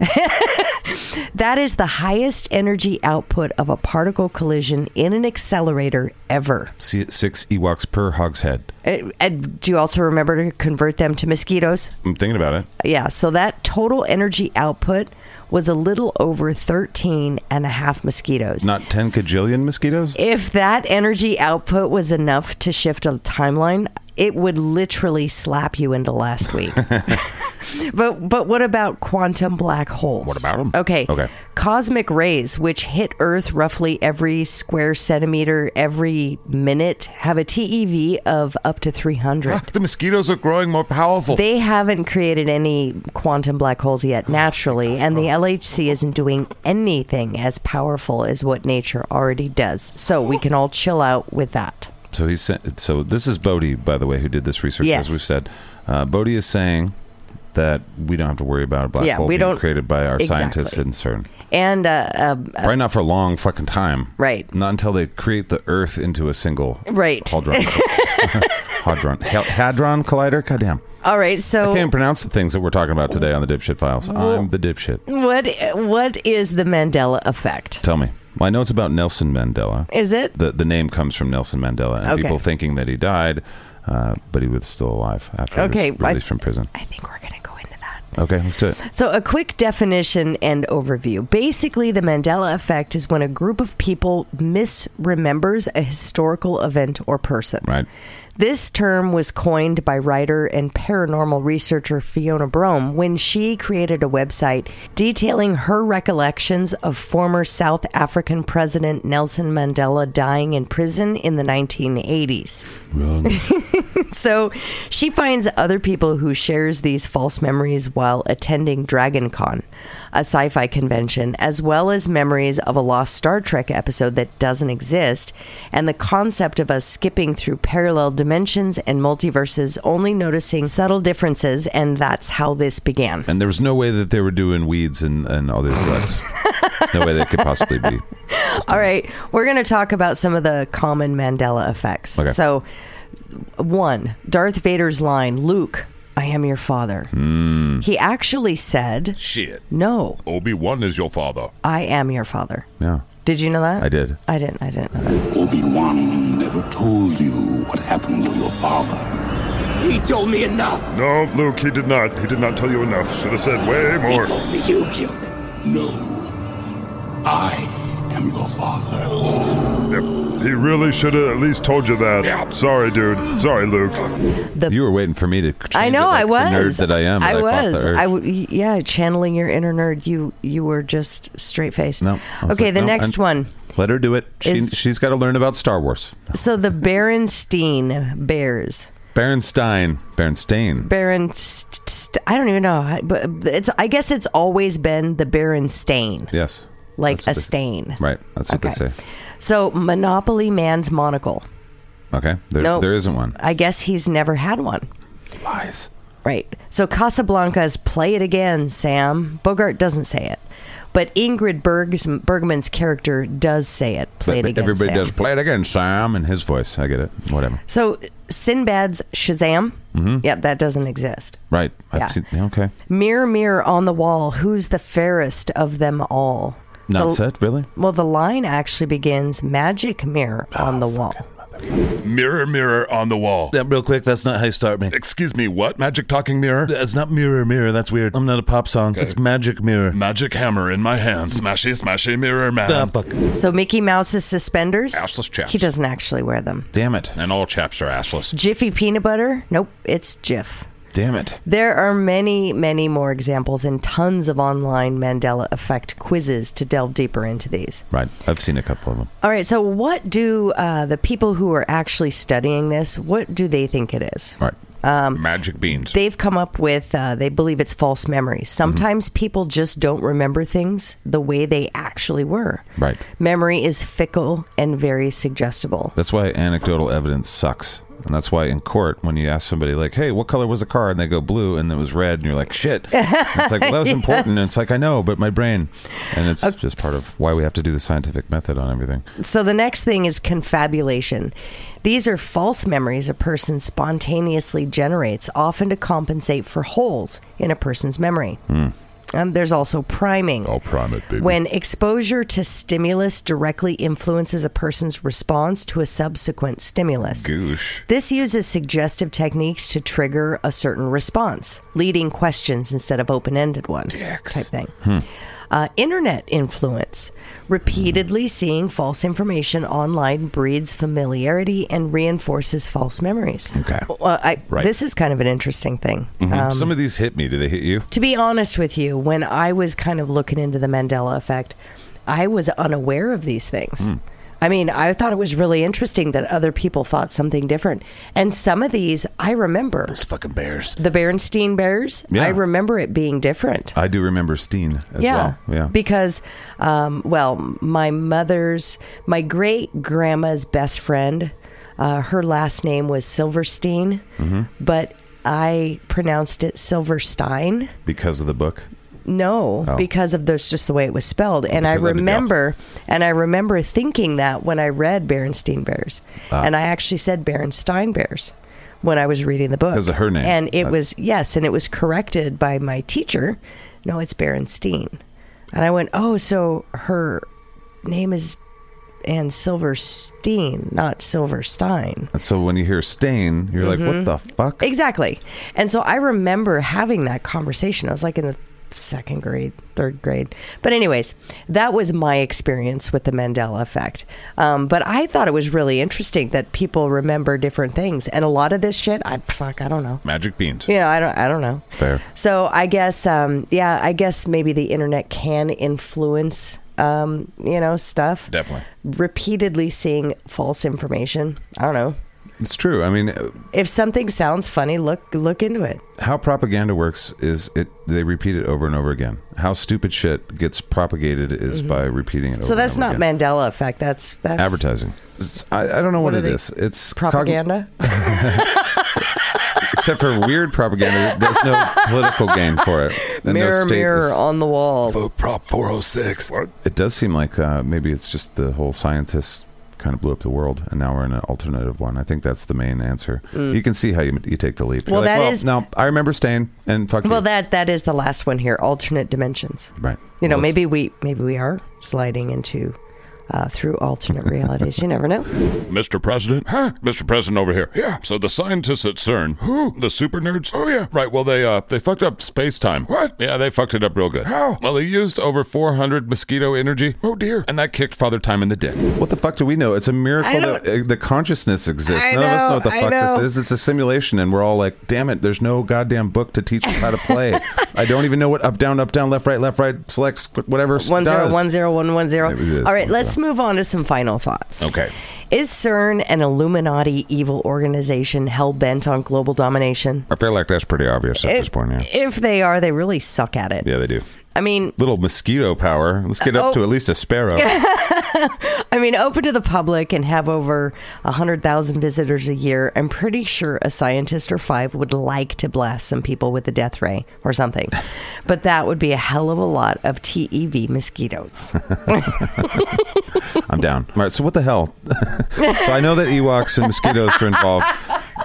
[SPEAKER 2] That is the highest energy output of a particle collision in an accelerator ever.
[SPEAKER 4] See, Six Ewoks per hogshead.
[SPEAKER 2] Uh, And do you also remember to convert them to mosquitoes?
[SPEAKER 4] I'm thinking about it.
[SPEAKER 2] Yeah, so that total energy output was a little over 13 and a half mosquitoes.
[SPEAKER 4] Not 10 cajillion mosquitoes?
[SPEAKER 2] if that energy output was enough to shift a timeline, it would literally slap you into last week. but but what about quantum black holes? What
[SPEAKER 6] about 'em?
[SPEAKER 2] Okay.
[SPEAKER 4] Okay.
[SPEAKER 2] Cosmic rays, which hit Earth roughly every square centimeter every minute, have a TeV of up to 300.
[SPEAKER 6] The mosquitoes are growing more
[SPEAKER 4] Oh.
[SPEAKER 6] powerful.
[SPEAKER 2] They haven't created any quantum black holes yet, naturally, and
[SPEAKER 4] Oh.
[SPEAKER 2] the LHC isn't doing anything as powerful as what nature already does. So we can all chill out with that.
[SPEAKER 4] So he's sa- so this is Bodhi, by the way, who did this research,
[SPEAKER 2] Yes.
[SPEAKER 4] as we've said. Uh, Bodhi is saying that we don't have to worry about a black
[SPEAKER 2] Yeah,
[SPEAKER 4] hole
[SPEAKER 2] we
[SPEAKER 4] being
[SPEAKER 2] don't-
[SPEAKER 4] created by our
[SPEAKER 2] Exactly.
[SPEAKER 4] scientists in CERN.
[SPEAKER 2] And uh, uh,
[SPEAKER 4] Probably not for a long fucking time.
[SPEAKER 2] Right.
[SPEAKER 4] Not until they create the Earth into a single
[SPEAKER 2] Right.
[SPEAKER 4] hadron, hadron, Hel- hadron collider. Goddamn,
[SPEAKER 2] all right,
[SPEAKER 4] I can't
[SPEAKER 2] so
[SPEAKER 4] pronounce the things that we're talking about today on the dipshit files. I'm the dipshit.
[SPEAKER 2] what what is the Mandela effect?
[SPEAKER 4] Tell me. Well, I know it's about Nelson Mandela.
[SPEAKER 2] Is it?
[SPEAKER 4] the the name comes from Nelson Mandela and
[SPEAKER 2] Okay.
[SPEAKER 4] people thinking that he died, uh, but he was still alive after
[SPEAKER 2] Okay,
[SPEAKER 4] he was
[SPEAKER 2] I-
[SPEAKER 4] released from prison.
[SPEAKER 2] I think we're going to go into that.
[SPEAKER 4] Okay, let's do it.
[SPEAKER 2] So, a quick definition and overview. Basically, the Mandela effect is when a group of people misremembers a historical event or person.
[SPEAKER 4] Right.
[SPEAKER 2] This term was coined by writer and paranormal researcher Fiona Brome when she created a website detailing her recollections of former South African President Nelson Mandela dying in prison in the 1980s.
[SPEAKER 1] wrong.
[SPEAKER 2] So she finds other people who shares these false memories while attending DragonCon, a sci-fi convention, as well as memories of a lost Star Trek episode that doesn't exist, and the concept of us skipping through parallel dimensions and multiverses, only noticing subtle differences, and that's how this began.
[SPEAKER 4] And there was no way that they were doing weeds and, and other drugs. There's no way they could possibly be.
[SPEAKER 2] All right, we're going to talk about some of the common Mandela effects.
[SPEAKER 4] Okay.
[SPEAKER 2] So, one, Darth Vader's line, Luke, I am your father. He actually said,
[SPEAKER 1] Shit.
[SPEAKER 2] No,
[SPEAKER 1] Obi Wan is your father.
[SPEAKER 2] I am your father.
[SPEAKER 4] Yeah.
[SPEAKER 2] Did you know that?
[SPEAKER 4] I did.
[SPEAKER 2] I didn't. I didn't. Know that.
[SPEAKER 7] Obi-Wan never told you what happened to your father.
[SPEAKER 8] He told me enough.
[SPEAKER 9] No, Luke, he did not. He did not tell you enough. Should have said way more.
[SPEAKER 8] Told me you killed him.
[SPEAKER 7] No, I am your father.
[SPEAKER 9] Yep. He really should have at least told you that. Sorry, dude. Sorry, Luke.
[SPEAKER 4] You were waiting for me to. change
[SPEAKER 2] I know.
[SPEAKER 4] it like
[SPEAKER 2] I was.
[SPEAKER 4] The nerd that I am.
[SPEAKER 2] I
[SPEAKER 4] that fought the
[SPEAKER 2] was.
[SPEAKER 4] urge.
[SPEAKER 2] I w- yeah, channeling your inner nerd. You you were just straight faced.
[SPEAKER 4] No. I was
[SPEAKER 2] Okay.
[SPEAKER 4] like,
[SPEAKER 2] the
[SPEAKER 4] no,
[SPEAKER 2] next
[SPEAKER 4] I'm-
[SPEAKER 2] one.
[SPEAKER 4] Let her do it. She,
[SPEAKER 2] Is-
[SPEAKER 4] she's got to learn about Star Wars.
[SPEAKER 2] So the Berenstein Bears.
[SPEAKER 4] Berenstein. Berenstein.
[SPEAKER 2] Baron. St- st- I don't even know. how- But it's. I guess it's always been the Berenstain,
[SPEAKER 4] yes.
[SPEAKER 2] like
[SPEAKER 4] That's what
[SPEAKER 2] a
[SPEAKER 4] they-
[SPEAKER 2] stain.
[SPEAKER 4] Right. That's what they
[SPEAKER 2] Okay.
[SPEAKER 4] say.
[SPEAKER 2] So Monopoly Man's monocle.
[SPEAKER 4] Okay. There,
[SPEAKER 2] No.
[SPEAKER 4] there isn't one.
[SPEAKER 2] I guess he's never had one.
[SPEAKER 4] Lies.
[SPEAKER 2] Right. So Casablanca's Play It Again, Sam. Bogart doesn't say it. But Ingrid Berg's, Bergman's character does say it. Play
[SPEAKER 4] But-
[SPEAKER 2] it
[SPEAKER 4] but
[SPEAKER 2] again.
[SPEAKER 4] everybody
[SPEAKER 2] Sam.
[SPEAKER 4] does play it again, Sam, in his voice. I get it. Whatever.
[SPEAKER 2] So Sinbad's Shazam.
[SPEAKER 4] Mm-hmm.
[SPEAKER 2] Yep, that doesn't exist.
[SPEAKER 4] Right. I've
[SPEAKER 2] Yeah.
[SPEAKER 4] seen- okay.
[SPEAKER 2] Mirror, mirror on the wall, who's the fairest of them all?
[SPEAKER 4] Not
[SPEAKER 2] The-
[SPEAKER 4] set, really?
[SPEAKER 2] Well, the line actually begins magic mirror
[SPEAKER 4] Ah,
[SPEAKER 2] on the wall.
[SPEAKER 1] Mirror, mirror on the wall.
[SPEAKER 4] That real quick, that's not how you start me.
[SPEAKER 1] Excuse me, what? Magic talking mirror?
[SPEAKER 4] It's not Mirror Mirror, that's weird. I'm not a pop song. It's Magic Mirror. Ah,
[SPEAKER 1] Magic hammer in my hand. Smashy, smashy mirror man.
[SPEAKER 4] fuck.
[SPEAKER 2] So Mickey Mouse's suspenders.
[SPEAKER 4] Assless chaps.
[SPEAKER 2] He doesn't actually wear them.
[SPEAKER 4] Damn it. And all chaps are assless.
[SPEAKER 2] Jiffy peanut butter. Nope, it's Jiff.
[SPEAKER 4] Damn it.
[SPEAKER 2] There are many, many more examples and tons of online Mandela effect quizzes to delve deeper into these.
[SPEAKER 4] Right. I've seen a couple of them.
[SPEAKER 2] All right, so what do uh, the people who are actually studying this? What do they think it is?
[SPEAKER 4] Right.
[SPEAKER 2] Uh.
[SPEAKER 6] Magic beans.
[SPEAKER 2] They've come up with uh, they believe it's false memories. Sometimes people just don't remember things the way they actually were.
[SPEAKER 4] Right.
[SPEAKER 2] Memory is fickle and very suggestible.
[SPEAKER 4] That's why anecdotal evidence sucks. And that's why in court, when you ask somebody, like, hey, what color was the car? And they go blue, and it was red, and you're like, shit. And it's like, well, that was important. And it's like, I know, but my brain. And it's just part of why we have to do the scientific method on everything.
[SPEAKER 2] So the next thing is confabulation. These are false memories a person spontaneously generates, often to compensate for holes in a person's memory. Um, there's also priming.
[SPEAKER 4] Oh.
[SPEAKER 9] I'll prime it, baby.
[SPEAKER 2] When exposure to stimulus directly influences a person's response to a subsequent stimulus.
[SPEAKER 4] Goosh.
[SPEAKER 2] This uses suggestive techniques to trigger a certain response, leading questions instead of open ended ones type thing.
[SPEAKER 4] Hmm.
[SPEAKER 2] Uh, internet influence. Repeatedly seeing false information online breeds familiarity and reinforces false memories.
[SPEAKER 4] Okay.
[SPEAKER 2] Well, I,
[SPEAKER 4] Right. Mm-hmm.
[SPEAKER 2] This is kind of an interesting thing. Um,
[SPEAKER 4] Some of these hit me. Do they hit you?
[SPEAKER 2] to be honest with you, when I was kind of looking into the Mandela effect, I was unaware of these
[SPEAKER 4] Hmm.
[SPEAKER 2] things. I mean, I thought it was really interesting that other people thought something different. And some of these I remember.
[SPEAKER 1] Those fucking bears.
[SPEAKER 2] The Berenstein Bears,
[SPEAKER 4] Yeah.
[SPEAKER 2] I remember it being different.
[SPEAKER 4] I do remember Steen as
[SPEAKER 2] yeah.
[SPEAKER 4] well. Yeah.
[SPEAKER 2] Because, um, well, my mother's, my great grandma's best friend, uh, her last name was Silverstein,
[SPEAKER 4] Mm-hmm.
[SPEAKER 2] but I pronounced it Silverstein.
[SPEAKER 4] because of the book.
[SPEAKER 2] No,
[SPEAKER 4] Oh.
[SPEAKER 2] because of those just the way it was spelled. And I
[SPEAKER 4] Because that'd be
[SPEAKER 2] remember and I remember thinking that when I read Berenstein Bears.
[SPEAKER 4] Ah.
[SPEAKER 2] And I actually said Berenstein Bears when I was reading the book.
[SPEAKER 4] 'Cause of her name.
[SPEAKER 2] And it
[SPEAKER 4] But-
[SPEAKER 2] was yes, and it was corrected by my teacher. No, it's Berenstein. And I went, Oh, so her name is Anne Silverstein, not Silverstein.
[SPEAKER 4] And so when you hear Stain, you're
[SPEAKER 2] Mm-hmm.
[SPEAKER 4] like, what the fuck?
[SPEAKER 2] Exactly. And so I remember having that conversation. I was like in the second grade, third grade. But, anyways, that was my experience with the Mandela effect. Um, but I thought it was really interesting that people remember different things. And a lot of this shit, I fuck, I don't know.
[SPEAKER 4] Magic beans.
[SPEAKER 2] You know, I don't, I don't know.
[SPEAKER 4] Fair.
[SPEAKER 2] So I guess, um, yeah, I guess maybe the internet can influence, um, you know, stuff.
[SPEAKER 4] Definitely.
[SPEAKER 2] Repeatedly seeing false information. I don't know.
[SPEAKER 4] It's true. I mean,
[SPEAKER 2] If something sounds funny, look look into it.
[SPEAKER 4] how propaganda works is it they repeat it over and over again. How stupid shit gets propagated is by repeating it.
[SPEAKER 2] Mm-hmm. So
[SPEAKER 4] over
[SPEAKER 2] that's
[SPEAKER 4] and over
[SPEAKER 2] not
[SPEAKER 4] again.
[SPEAKER 2] Mandela effect. That's that's
[SPEAKER 4] advertising. It's- I, I don't know what,
[SPEAKER 2] What are
[SPEAKER 4] it
[SPEAKER 2] they-
[SPEAKER 4] is. It's cogn-
[SPEAKER 2] propaganda.
[SPEAKER 4] except for weird propaganda. There's no political game for it. And no
[SPEAKER 2] mirror,
[SPEAKER 4] state
[SPEAKER 2] mirror
[SPEAKER 4] is-
[SPEAKER 2] on the wall.
[SPEAKER 1] Vote Prop 406.
[SPEAKER 4] It does seem like uh, maybe it's just the whole scientists kind of blew up the world, and now we're in an alternative one. I think that's the main answer. You can see how you, you take the leap.
[SPEAKER 2] Mm. Well,
[SPEAKER 4] like,
[SPEAKER 2] that
[SPEAKER 4] well,
[SPEAKER 2] is-
[SPEAKER 4] no. I remember staying and fuck
[SPEAKER 2] Well,
[SPEAKER 4] you.
[SPEAKER 2] that that is the last one here. Alternate dimensions.
[SPEAKER 4] right.
[SPEAKER 2] You know,
[SPEAKER 4] Well,
[SPEAKER 2] maybe we maybe we are sliding into uh, through alternate realities. You never know.
[SPEAKER 6] Mr. President? Huh? Mr. President over here. Yeah. So the scientists at CERN, who? The super nerds? Oh yeah. Right, well they uh they fucked up space time. What? Yeah, they fucked it up real good. How? Well they used over four hundred mosquito energy. Oh dear. And that kicked Father Time in the dick.
[SPEAKER 4] What the fuck do we know? It's a miracle
[SPEAKER 2] I
[SPEAKER 4] that uh, the consciousness exists.
[SPEAKER 2] I
[SPEAKER 4] None of us know
[SPEAKER 2] know,
[SPEAKER 4] what the
[SPEAKER 2] I
[SPEAKER 4] fuck this
[SPEAKER 2] know.
[SPEAKER 4] is. It's a simulation, and we're all like, damn it, there's no goddamn book to teach us how to play. I don't even know what up, down, up, down, left, right, left, right, select, squ- whatever. s-
[SPEAKER 2] One zero
[SPEAKER 4] does.
[SPEAKER 2] one zero one one zero.
[SPEAKER 4] It is
[SPEAKER 2] All right,
[SPEAKER 4] one
[SPEAKER 2] let's move on to some final thoughts.
[SPEAKER 6] Okay.
[SPEAKER 2] Is CERN an Illuminati evil organization hell bent on global domination?
[SPEAKER 4] I feel like that's pretty obvious at this
[SPEAKER 2] If-
[SPEAKER 4] point, yeah.
[SPEAKER 2] If they are, they really suck at it.
[SPEAKER 4] Yeah, they do.
[SPEAKER 2] I mean,
[SPEAKER 4] Little mosquito power. Let's get up
[SPEAKER 2] Oh.
[SPEAKER 4] to at least a sparrow.
[SPEAKER 2] I mean, open to the public and have over 100,000 visitors a year. I'm pretty sure a scientist or five would like to blast some people with the death ray or something. But that would be a hell of a lot of TEV mosquitoes.
[SPEAKER 4] I'm down. All right, so what the hell? so I know that Ewoks and mosquitoes are involved,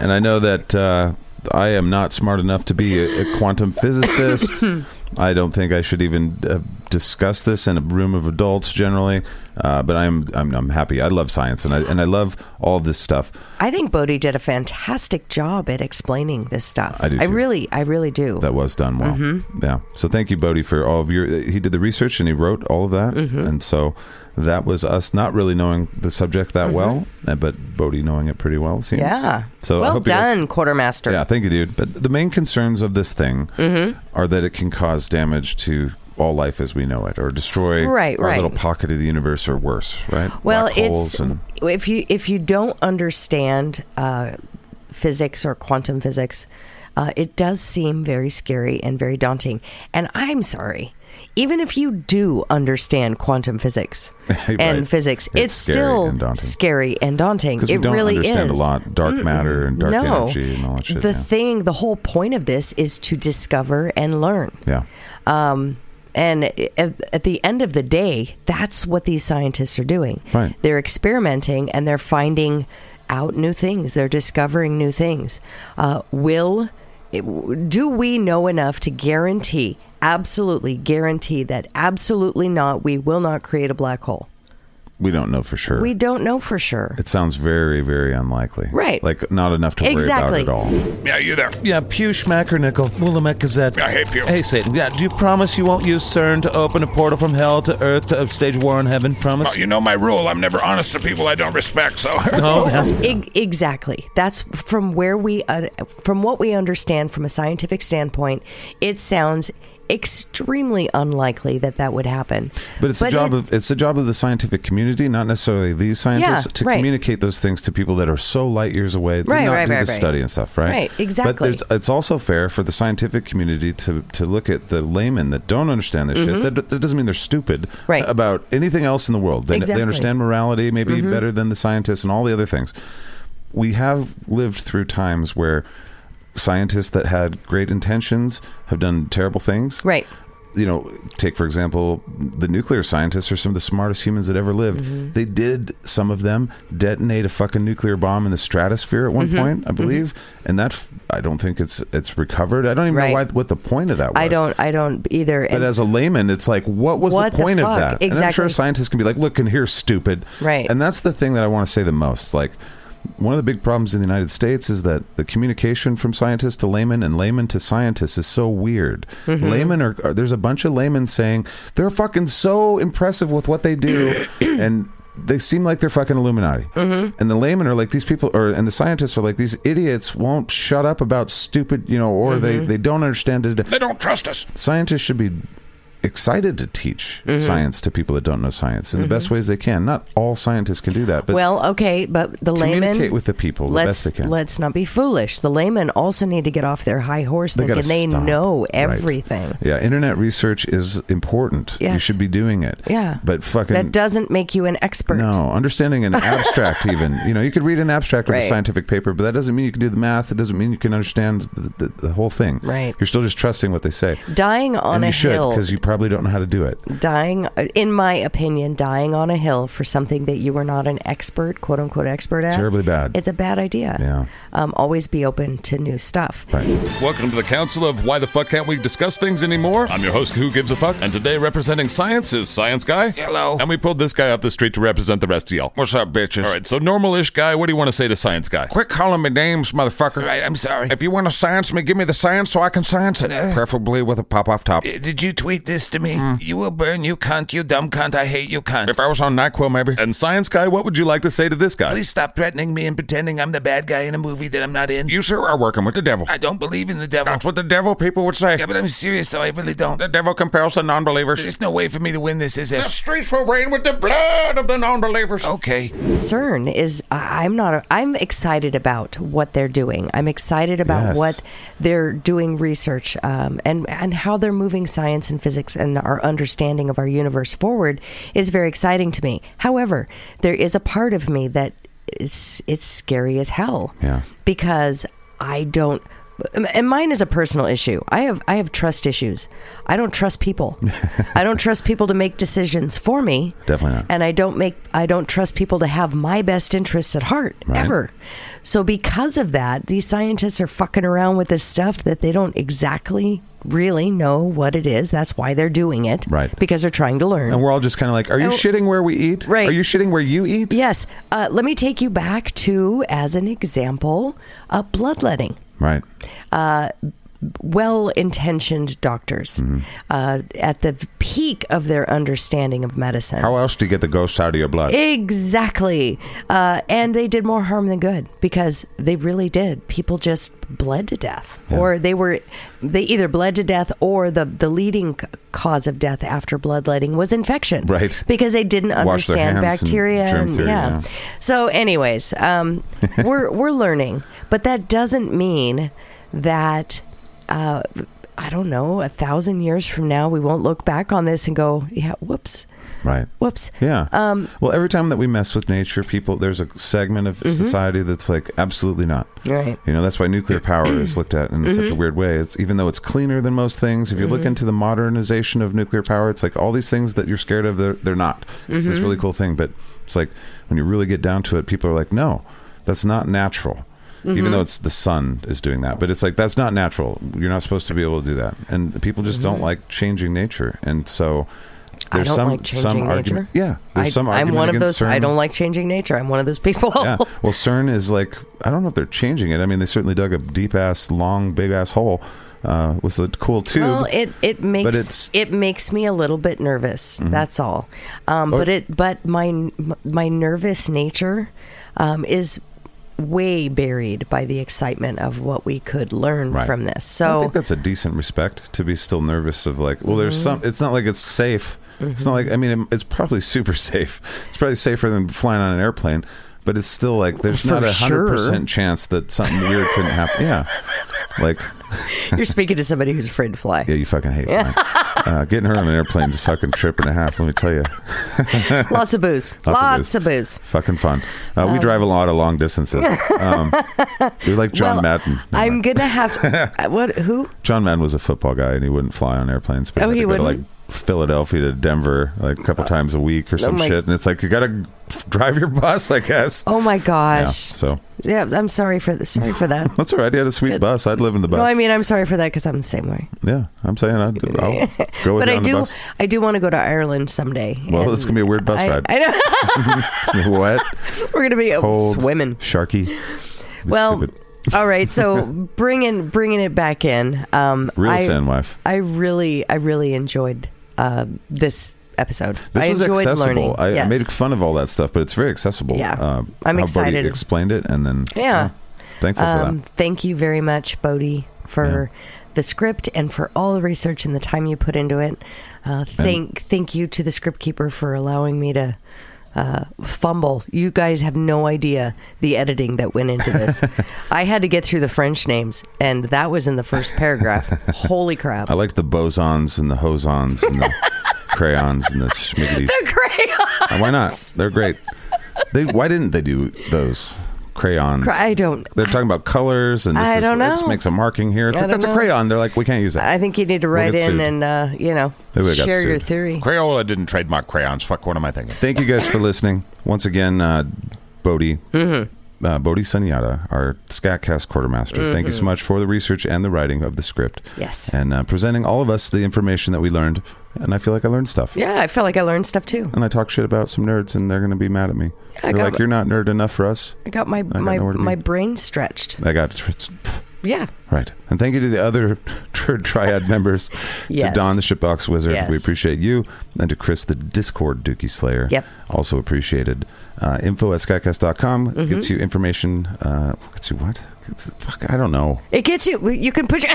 [SPEAKER 4] and I know that uh, I am not smart enough to be a, a quantum physicist. I don't think I should even uh, discuss this in a room of adults generally. Uh, but I'm, I'm I'm happy. I love science, and I and I love all this stuff.
[SPEAKER 2] I think Bodhi did a fantastic job at explaining this stuff.
[SPEAKER 4] I do
[SPEAKER 2] I
[SPEAKER 4] too.
[SPEAKER 2] really, I really do.
[SPEAKER 4] That was done well.
[SPEAKER 2] Mm-hmm.
[SPEAKER 4] Yeah. So thank you, Bodhi, for all of your. He did the research and he wrote all of that,
[SPEAKER 2] Mm-hmm.
[SPEAKER 4] and so that was us not really knowing the subject that well, uh, but Bodhi knowing it pretty well. it Seems.
[SPEAKER 2] Mm-hmm. yeah.
[SPEAKER 4] So I
[SPEAKER 2] well
[SPEAKER 4] hope you guys-
[SPEAKER 2] done, quartermaster.
[SPEAKER 4] Yeah, thank you, dude. But the main concerns of this thing
[SPEAKER 2] Mm-hmm.
[SPEAKER 4] are that it can cause damage to all life as we know it, or destroy
[SPEAKER 2] Right,
[SPEAKER 4] our
[SPEAKER 2] right.
[SPEAKER 4] little pocket of the universe, or worse, right?
[SPEAKER 2] Well,
[SPEAKER 4] Black holes
[SPEAKER 2] it's
[SPEAKER 4] and
[SPEAKER 2] if you if you don't understand uh, physics or quantum physics, uh, it does seem very scary and very daunting. And I'm sorry, even if you do understand quantum physics
[SPEAKER 4] Right.
[SPEAKER 2] and physics,
[SPEAKER 4] It's
[SPEAKER 2] it's,
[SPEAKER 4] scary
[SPEAKER 2] still
[SPEAKER 4] and daunting.
[SPEAKER 2] scary and daunting.
[SPEAKER 4] because
[SPEAKER 2] It
[SPEAKER 4] we don't
[SPEAKER 2] really
[SPEAKER 4] understand
[SPEAKER 2] is
[SPEAKER 4] a lot, dark matter and dark
[SPEAKER 2] no,
[SPEAKER 4] energy and all that shit.
[SPEAKER 2] the
[SPEAKER 4] yeah.
[SPEAKER 2] thing, the whole point of this is to discover and learn.
[SPEAKER 4] yeah.
[SPEAKER 2] Um, and at, at the end of the day, that's what these scientists are doing.
[SPEAKER 4] Right.
[SPEAKER 2] They're experimenting and they're finding out new things. They're discovering new things. Uh, will it- do we know enough to guarantee, absolutely guarantee that absolutely not, we will not create a black hole?
[SPEAKER 4] We don't know for sure.
[SPEAKER 2] We don't know for sure.
[SPEAKER 4] it sounds very, very unlikely.
[SPEAKER 2] Right.
[SPEAKER 4] Like not enough to
[SPEAKER 2] Exactly.
[SPEAKER 4] worry about at all.
[SPEAKER 1] Yeah, you there.
[SPEAKER 4] Yeah, Pew Schmackernickel, Willamette Gazette.
[SPEAKER 1] I hate Pew.
[SPEAKER 4] Hey, Satan, yeah, do you promise you won't use CERN to open a portal from hell to Earth to stage war in heaven?
[SPEAKER 1] Oh,
[SPEAKER 4] Promise?
[SPEAKER 1] you know my rule. I'm never honest to people I don't respect, so.
[SPEAKER 6] Oh,
[SPEAKER 4] no, Oh, yeah.
[SPEAKER 2] Eg- exactly. That's from where we, uh, from what we understand from a scientific standpoint, it sounds extremely unlikely that that would happen.
[SPEAKER 4] But it's the job
[SPEAKER 2] it-
[SPEAKER 4] of it's the job of the scientific community, not necessarily these scientists,
[SPEAKER 2] Yeah,
[SPEAKER 4] to
[SPEAKER 2] right.
[SPEAKER 4] communicate those things to people that are so light years away. They're
[SPEAKER 2] Right,
[SPEAKER 4] not
[SPEAKER 2] right,
[SPEAKER 4] do
[SPEAKER 2] right,
[SPEAKER 4] the
[SPEAKER 2] right.
[SPEAKER 4] study and stuff, right?
[SPEAKER 2] Right,
[SPEAKER 4] But
[SPEAKER 2] exactly.
[SPEAKER 4] there's, it's also fair for the scientific community to to look at the laymen that don't understand this shit. That, that doesn't mean they're stupid
[SPEAKER 2] Mm-hmm. Right.
[SPEAKER 4] about anything else in the world. They, they
[SPEAKER 2] Exactly. Mm-hmm.
[SPEAKER 4] understand morality maybe better than the scientists and all the other things. We have lived through times where scientists that had great intentions have done terrible things
[SPEAKER 2] Right.
[SPEAKER 4] you know, take for example, the nuclear scientists are some of the smartest humans that ever lived.
[SPEAKER 2] Mm-hmm.
[SPEAKER 4] They did some of them detonate a fucking nuclear bomb in the stratosphere at one
[SPEAKER 2] Mm-hmm.
[SPEAKER 4] point, I believe, and that f- I don't think it's it's recovered. I don't even know
[SPEAKER 2] Right.
[SPEAKER 4] why what the point of that was.
[SPEAKER 2] I don't, I don't either.
[SPEAKER 4] But
[SPEAKER 2] And-
[SPEAKER 4] as a layman, it's like, what was
[SPEAKER 2] What
[SPEAKER 4] the
[SPEAKER 2] the
[SPEAKER 4] point of
[SPEAKER 2] fuck?
[SPEAKER 4] that? And I'm sure
[SPEAKER 2] Exactly.
[SPEAKER 4] scientists can be like, look, and here's stupid.
[SPEAKER 2] Right.
[SPEAKER 4] And that's the thing that I want to say the most. Like, one of the big problems in the United States is that the communication from scientist to layman and layman to scientist is so weird.
[SPEAKER 2] Mm-hmm.
[SPEAKER 4] Laymen are, are there's a bunch of laymen saying they're fucking so impressive with what they do, and they seem like they're fucking Illuminati. Mm-hmm. And the laymen are like these people, or and the scientists are like these idiots won't shut
[SPEAKER 2] Mm-hmm.
[SPEAKER 4] up about stupid, you know, or they they don't understand it
[SPEAKER 1] they don't trust us.
[SPEAKER 4] scientists should be
[SPEAKER 6] excited to teach
[SPEAKER 2] Mm-hmm.
[SPEAKER 6] science to people that don't know science in the best ways they can. Not all scientists can do that, but
[SPEAKER 2] well, okay, but the laymen
[SPEAKER 6] communicate with the people the
[SPEAKER 2] let's
[SPEAKER 6] best they can.
[SPEAKER 2] let's not be foolish. The laymen also need to get off their high horse thinking
[SPEAKER 6] gotta
[SPEAKER 2] they
[SPEAKER 6] stop.
[SPEAKER 2] know
[SPEAKER 6] Right.
[SPEAKER 2] everything.
[SPEAKER 6] Yeah, internet research is important. You
[SPEAKER 2] Yes.
[SPEAKER 6] should be doing it.
[SPEAKER 2] Yeah,
[SPEAKER 6] But fucking
[SPEAKER 2] that doesn't make you an expert.
[SPEAKER 6] No, understanding an abstract even. You know, you could read an abstract of
[SPEAKER 2] Right.
[SPEAKER 6] a scientific paper, but that doesn't mean you can do the math. It doesn't mean you can understand the, the, the whole thing.
[SPEAKER 2] Right.
[SPEAKER 6] You're still just trusting what they say.
[SPEAKER 2] Dying on
[SPEAKER 6] and
[SPEAKER 2] a
[SPEAKER 6] you should
[SPEAKER 2] hill,
[SPEAKER 6] because you probably don't know how to do it.
[SPEAKER 2] dying, uh, in my opinion, dying on a hill for something that you were not an expert, quote unquote, expert at.
[SPEAKER 6] Terribly bad.
[SPEAKER 2] It's a bad idea.
[SPEAKER 6] Yeah.
[SPEAKER 2] Um, always be open to new stuff.
[SPEAKER 6] Right.
[SPEAKER 10] Welcome to the Council of Why the Fuck Can't We Discuss Things Anymore? I'm your host, Who Gives a Fuck, and today representing science is Science Guy.
[SPEAKER 1] Hello.
[SPEAKER 10] And we pulled this guy off the street to represent the rest of y'all.
[SPEAKER 1] What's up, bitches?
[SPEAKER 10] All right, so normal-ish guy, what do you want to say to Science Guy?
[SPEAKER 1] Quit calling me names, motherfucker. Right, I'm sorry.
[SPEAKER 10] If you want to science me, give me the science so I can science it. Preferably with a pop-off top. Hmm.
[SPEAKER 1] Uh, Did you tweet this to me? You will burn, you cunt, you dumb cunt, I hate you cunt.
[SPEAKER 10] If I was on NyQuil, maybe. And Science Guy, what would you like to say to this guy?
[SPEAKER 1] Please stop threatening me and pretending I'm the bad guy in a movie that I'm not in.
[SPEAKER 10] You, sir, are working with the devil.
[SPEAKER 1] I don't believe in the devil.
[SPEAKER 10] That's what the devil people would say.
[SPEAKER 1] Yeah, but I'm serious though, I really don't.
[SPEAKER 10] The devil compares to non-believers.
[SPEAKER 1] There's no way for me to win this, is
[SPEAKER 10] The
[SPEAKER 1] it?
[SPEAKER 10] streets will rain with the blood of the non-believers.
[SPEAKER 1] Okay.
[SPEAKER 2] CERN is I- I'm not I'm excited about what they're doing. I'm excited about
[SPEAKER 6] Yes.
[SPEAKER 2] what they're doing research um, and and how they're moving science and physics and our understanding of our universe forward is very exciting to me. However, there is a part of me that it's it's scary as hell.
[SPEAKER 6] Yeah.
[SPEAKER 2] Because I don't and mine is a personal issue. I have I have trust issues. I don't trust people. I don't trust people to make decisions for me
[SPEAKER 6] Definitely not.
[SPEAKER 2] and I don't make I don't trust people to have my best interests at heart
[SPEAKER 6] Right.
[SPEAKER 2] ever. So because of that, these scientists are fucking around with this stuff that they don't exactly really know what it is. That's why they're doing it.
[SPEAKER 6] Right.
[SPEAKER 2] Because they're trying to learn.
[SPEAKER 6] And we're all just kind of like, are you
[SPEAKER 2] And-
[SPEAKER 6] shitting where we eat?
[SPEAKER 2] Right.
[SPEAKER 6] Are you shitting where you eat?
[SPEAKER 2] yes. Uh, let me take you back to, as an example, uh, bloodletting.
[SPEAKER 6] Right.
[SPEAKER 2] well intentioned doctors
[SPEAKER 6] Mm-hmm.
[SPEAKER 2] uh, at the peak of their understanding of medicine.
[SPEAKER 6] How else do you get the ghosts out of your blood?
[SPEAKER 2] Exactly. Uh, and they did more harm than good because they really did. People just bled to death, or they were, they either bled to death or the, the leading c- cause of death after bloodletting was infection.
[SPEAKER 6] Right.
[SPEAKER 2] Because they didn't
[SPEAKER 6] Wash their
[SPEAKER 2] understand
[SPEAKER 6] hands and
[SPEAKER 2] bacteria.
[SPEAKER 6] germ
[SPEAKER 2] and-
[SPEAKER 6] theory,
[SPEAKER 2] yeah.
[SPEAKER 6] yeah.
[SPEAKER 2] So, anyways, um, we're, we're learning, but that doesn't mean that. Uh, I don't know, a thousand years from now, we won't look back on this and go, yeah, whoops,
[SPEAKER 6] Right.
[SPEAKER 2] whoops.
[SPEAKER 6] Yeah.
[SPEAKER 2] Um,
[SPEAKER 6] well, every time that we mess with nature, people there's a segment of Mm-hmm. society that's like absolutely not.
[SPEAKER 2] Right.
[SPEAKER 6] You know, that's why nuclear power is looked at in such a
[SPEAKER 2] Mm-hmm.
[SPEAKER 6] weird way. It's even though it's cleaner than most things, if you look into the modernization of nuclear power, it's like all these things that you're scared of, they're, they're not. It's this
[SPEAKER 2] Mm-hmm.
[SPEAKER 6] really cool thing, but it's like when you really get down to it, people are like, "No, that's not natural." Even
[SPEAKER 2] Mm-hmm.
[SPEAKER 6] though it's the sun is doing that, but it's like that's not natural. You're not supposed to be able to do that, and people just don't like changing nature, and so
[SPEAKER 2] Mm-hmm. I
[SPEAKER 6] there's
[SPEAKER 2] don't
[SPEAKER 6] some
[SPEAKER 2] like changing
[SPEAKER 6] some
[SPEAKER 2] nature.
[SPEAKER 6] argument. Yeah, there's
[SPEAKER 2] I,
[SPEAKER 6] some
[SPEAKER 2] I'm
[SPEAKER 6] argument
[SPEAKER 2] one of those.
[SPEAKER 6] against CERN.
[SPEAKER 2] I don't like changing nature. I'm one of those people.
[SPEAKER 6] Yeah. Well, CERN is like I don't know if they're changing it. I mean, they certainly dug a deep ass, long, big ass hole. Uh, was the cool tube?
[SPEAKER 2] well, it it makes
[SPEAKER 6] it's- Mm-hmm.
[SPEAKER 2] it makes me a little bit nervous. That's all. Um, But it but my my nervous nature um, is way buried by the excitement of what we could learn
[SPEAKER 6] Right.
[SPEAKER 2] from this.
[SPEAKER 6] I
[SPEAKER 2] So
[SPEAKER 6] think that's a decent respect to be still nervous of like. Well, there's some. It's not like it's safe. It's
[SPEAKER 2] Mm-hmm.
[SPEAKER 6] not like I mean, it- it's probably super safe. It's probably safer than flying on an airplane. But it's still like there's
[SPEAKER 2] For
[SPEAKER 6] not a hundred
[SPEAKER 2] sure.
[SPEAKER 6] percent chance that something weird couldn't happen. Yeah, like
[SPEAKER 2] you're speaking to somebody who's afraid to fly.
[SPEAKER 6] yeah, you fucking hate flying. uh, getting her on an airplane is a fucking trip and a half. Let me tell you.
[SPEAKER 2] Lots of booze. Lots, of booze.
[SPEAKER 6] Fucking fun. Uh,
[SPEAKER 2] Um,
[SPEAKER 6] we drive a lot of long distances. Um, we like John
[SPEAKER 2] Well,
[SPEAKER 6] Madden. No,
[SPEAKER 2] I'm
[SPEAKER 6] no.
[SPEAKER 2] gonna have to, what? Who?
[SPEAKER 6] John Madden was a football guy, and he wouldn't fly on airplanes. But
[SPEAKER 2] Oh,
[SPEAKER 6] he,
[SPEAKER 2] he
[SPEAKER 6] had to go to,
[SPEAKER 2] wouldn't? Uh,
[SPEAKER 6] like Philadelphia to Denver, like a couple times a week or some
[SPEAKER 2] my-
[SPEAKER 6] shit. And it's like you gotta drive your bus, I guess.
[SPEAKER 2] Oh my
[SPEAKER 6] Yeah,
[SPEAKER 2] gosh.
[SPEAKER 6] so
[SPEAKER 2] Yeah, I'm sorry for the, sorry for that.
[SPEAKER 6] that's all right. He had a sweet bus. I'd live in the bus.
[SPEAKER 2] No, I mean I'm sorry for that because I'm the same way.
[SPEAKER 6] yeah, I'm saying I'd, I'll go
[SPEAKER 2] but
[SPEAKER 6] down
[SPEAKER 2] I do,
[SPEAKER 6] the bus.
[SPEAKER 2] I do want to go to Ireland someday.
[SPEAKER 6] Well,
[SPEAKER 2] and
[SPEAKER 6] it's gonna be a weird bus
[SPEAKER 2] I,
[SPEAKER 6] ride.
[SPEAKER 2] I know
[SPEAKER 6] What?
[SPEAKER 2] we're gonna be out
[SPEAKER 6] Cold,
[SPEAKER 2] swimming.
[SPEAKER 6] sharky. Be
[SPEAKER 2] Well,
[SPEAKER 6] stupid.
[SPEAKER 2] all right. So bringing bringing it back in. Um,
[SPEAKER 6] real
[SPEAKER 2] I,
[SPEAKER 6] sandwife.
[SPEAKER 2] I really, I really enjoyed uh, this episode.
[SPEAKER 6] This
[SPEAKER 2] I
[SPEAKER 6] was
[SPEAKER 2] enjoyed
[SPEAKER 6] accessible.
[SPEAKER 2] learning.
[SPEAKER 6] I,
[SPEAKER 2] yes.
[SPEAKER 6] I made fun of all that stuff, but it's very accessible.
[SPEAKER 2] Yeah.
[SPEAKER 6] uh,
[SPEAKER 2] I'm
[SPEAKER 6] how
[SPEAKER 2] excited.
[SPEAKER 6] Bodhi explained it, and then
[SPEAKER 2] Yeah.
[SPEAKER 6] thankful for
[SPEAKER 2] Um,
[SPEAKER 6] that.
[SPEAKER 2] thank you very much, Bodhi, for the script and for all the research and the time you put into it. Uh, thank thank you to the script keeper for allowing me to uh, fumble. You guys have no idea the editing that went into this. I had to get through the French names, and that was in the first paragraph. Holy crap!
[SPEAKER 6] I liked the bosons and the hosons and the crayons and the schmiggities.
[SPEAKER 2] Crayon.
[SPEAKER 6] Uh, Why not? They're great. They why didn't they do those crayons?
[SPEAKER 2] I don't.
[SPEAKER 6] They're talking about colors and this
[SPEAKER 2] I
[SPEAKER 6] is,
[SPEAKER 2] don't
[SPEAKER 6] This
[SPEAKER 2] know.
[SPEAKER 6] makes a marking here. It's
[SPEAKER 2] I
[SPEAKER 6] like
[SPEAKER 2] don't
[SPEAKER 6] that's a
[SPEAKER 2] know.
[SPEAKER 6] crayon. They're like we can't use that.
[SPEAKER 2] I think you need to write
[SPEAKER 6] get
[SPEAKER 2] in
[SPEAKER 6] sued.
[SPEAKER 2] and uh, you know
[SPEAKER 6] Maybe I got
[SPEAKER 2] share your
[SPEAKER 6] sued.
[SPEAKER 2] theory.
[SPEAKER 7] Crayola didn't trademark crayons. Fuck, what am I thinking?
[SPEAKER 6] Thank you guys for listening once again, uh, Bodhi.
[SPEAKER 2] Mm-hmm.
[SPEAKER 6] Uh, Bodhi Sunyata, our Scatcast quartermaster. Thank you
[SPEAKER 2] Mm-hmm.
[SPEAKER 6] so much for the research and the writing of the script.
[SPEAKER 2] Yes.
[SPEAKER 6] And uh, presenting all of us the information that we learned. And I feel like I learned stuff.
[SPEAKER 2] Yeah, I felt like I learned stuff too.
[SPEAKER 6] And I talk shit about some nerds, and they're going to be mad at me.
[SPEAKER 2] I
[SPEAKER 6] they're
[SPEAKER 2] got
[SPEAKER 6] like,
[SPEAKER 2] it.
[SPEAKER 6] "You're not nerd enough for us."
[SPEAKER 2] I got my
[SPEAKER 6] got
[SPEAKER 2] my
[SPEAKER 6] nowhere to be.
[SPEAKER 2] my brain stretched.
[SPEAKER 6] I got it.
[SPEAKER 2] Yeah.
[SPEAKER 6] Right. And thank you to the other tri- triad members, to
[SPEAKER 2] Yes.
[SPEAKER 6] Don the Shipbox Wizard.
[SPEAKER 2] Yes.
[SPEAKER 6] We appreciate you. And to Chris the Discord Dookie Slayer.
[SPEAKER 2] Yep.
[SPEAKER 6] Also appreciated. Uh, info at skycast.com um,
[SPEAKER 2] Mm-hmm.
[SPEAKER 6] gets you information. Uh, gets you what? Gets, fuck, I don't know.
[SPEAKER 2] It gets you. You can put your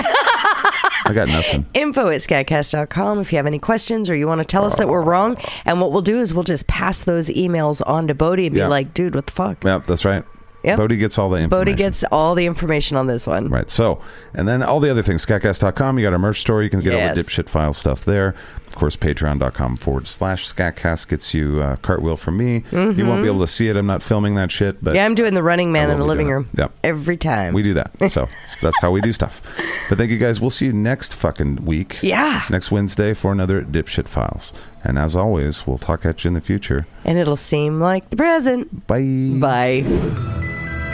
[SPEAKER 6] I got nothing.
[SPEAKER 2] info at scatcast.com if you have any questions or you want to tell us that we're wrong. And what we'll do is we'll just pass those emails on to Bodie and be
[SPEAKER 6] Yeah.
[SPEAKER 2] like, dude, what the fuck?
[SPEAKER 6] yep, that's right.
[SPEAKER 2] Yep.
[SPEAKER 6] Bodhi gets all the information.
[SPEAKER 2] Bodie gets all the information on this one.
[SPEAKER 6] Right. So, and then all the other things, scatcast.com, you got our merch store. You can get all the
[SPEAKER 2] Yes.
[SPEAKER 6] dipshit file stuff there. Of course, patreon.com forward slash scatcast gets you uh, cartwheel from me. You won't be able to see it. I'm not filming that shit, but
[SPEAKER 2] Mm-hmm. Yeah, I'm doing the running man
[SPEAKER 6] I
[SPEAKER 2] in the
[SPEAKER 6] will be
[SPEAKER 2] living
[SPEAKER 6] doing
[SPEAKER 2] room
[SPEAKER 6] it. Yep.
[SPEAKER 2] every time.
[SPEAKER 6] we do that. So that's how we do stuff. But thank you guys. We'll see you next fucking week.
[SPEAKER 2] Yeah.
[SPEAKER 6] Next Wednesday for another dipshit files. And as always, we'll talk at you in the future.
[SPEAKER 2] and it'll seem like the present.
[SPEAKER 6] Bye.
[SPEAKER 2] Bye.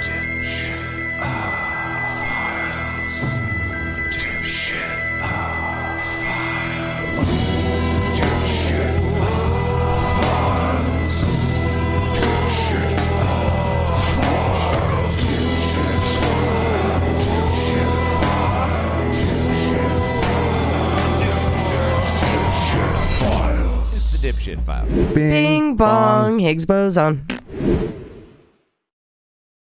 [SPEAKER 7] It's the dipshit files.
[SPEAKER 2] Bing bong. Higgs boson.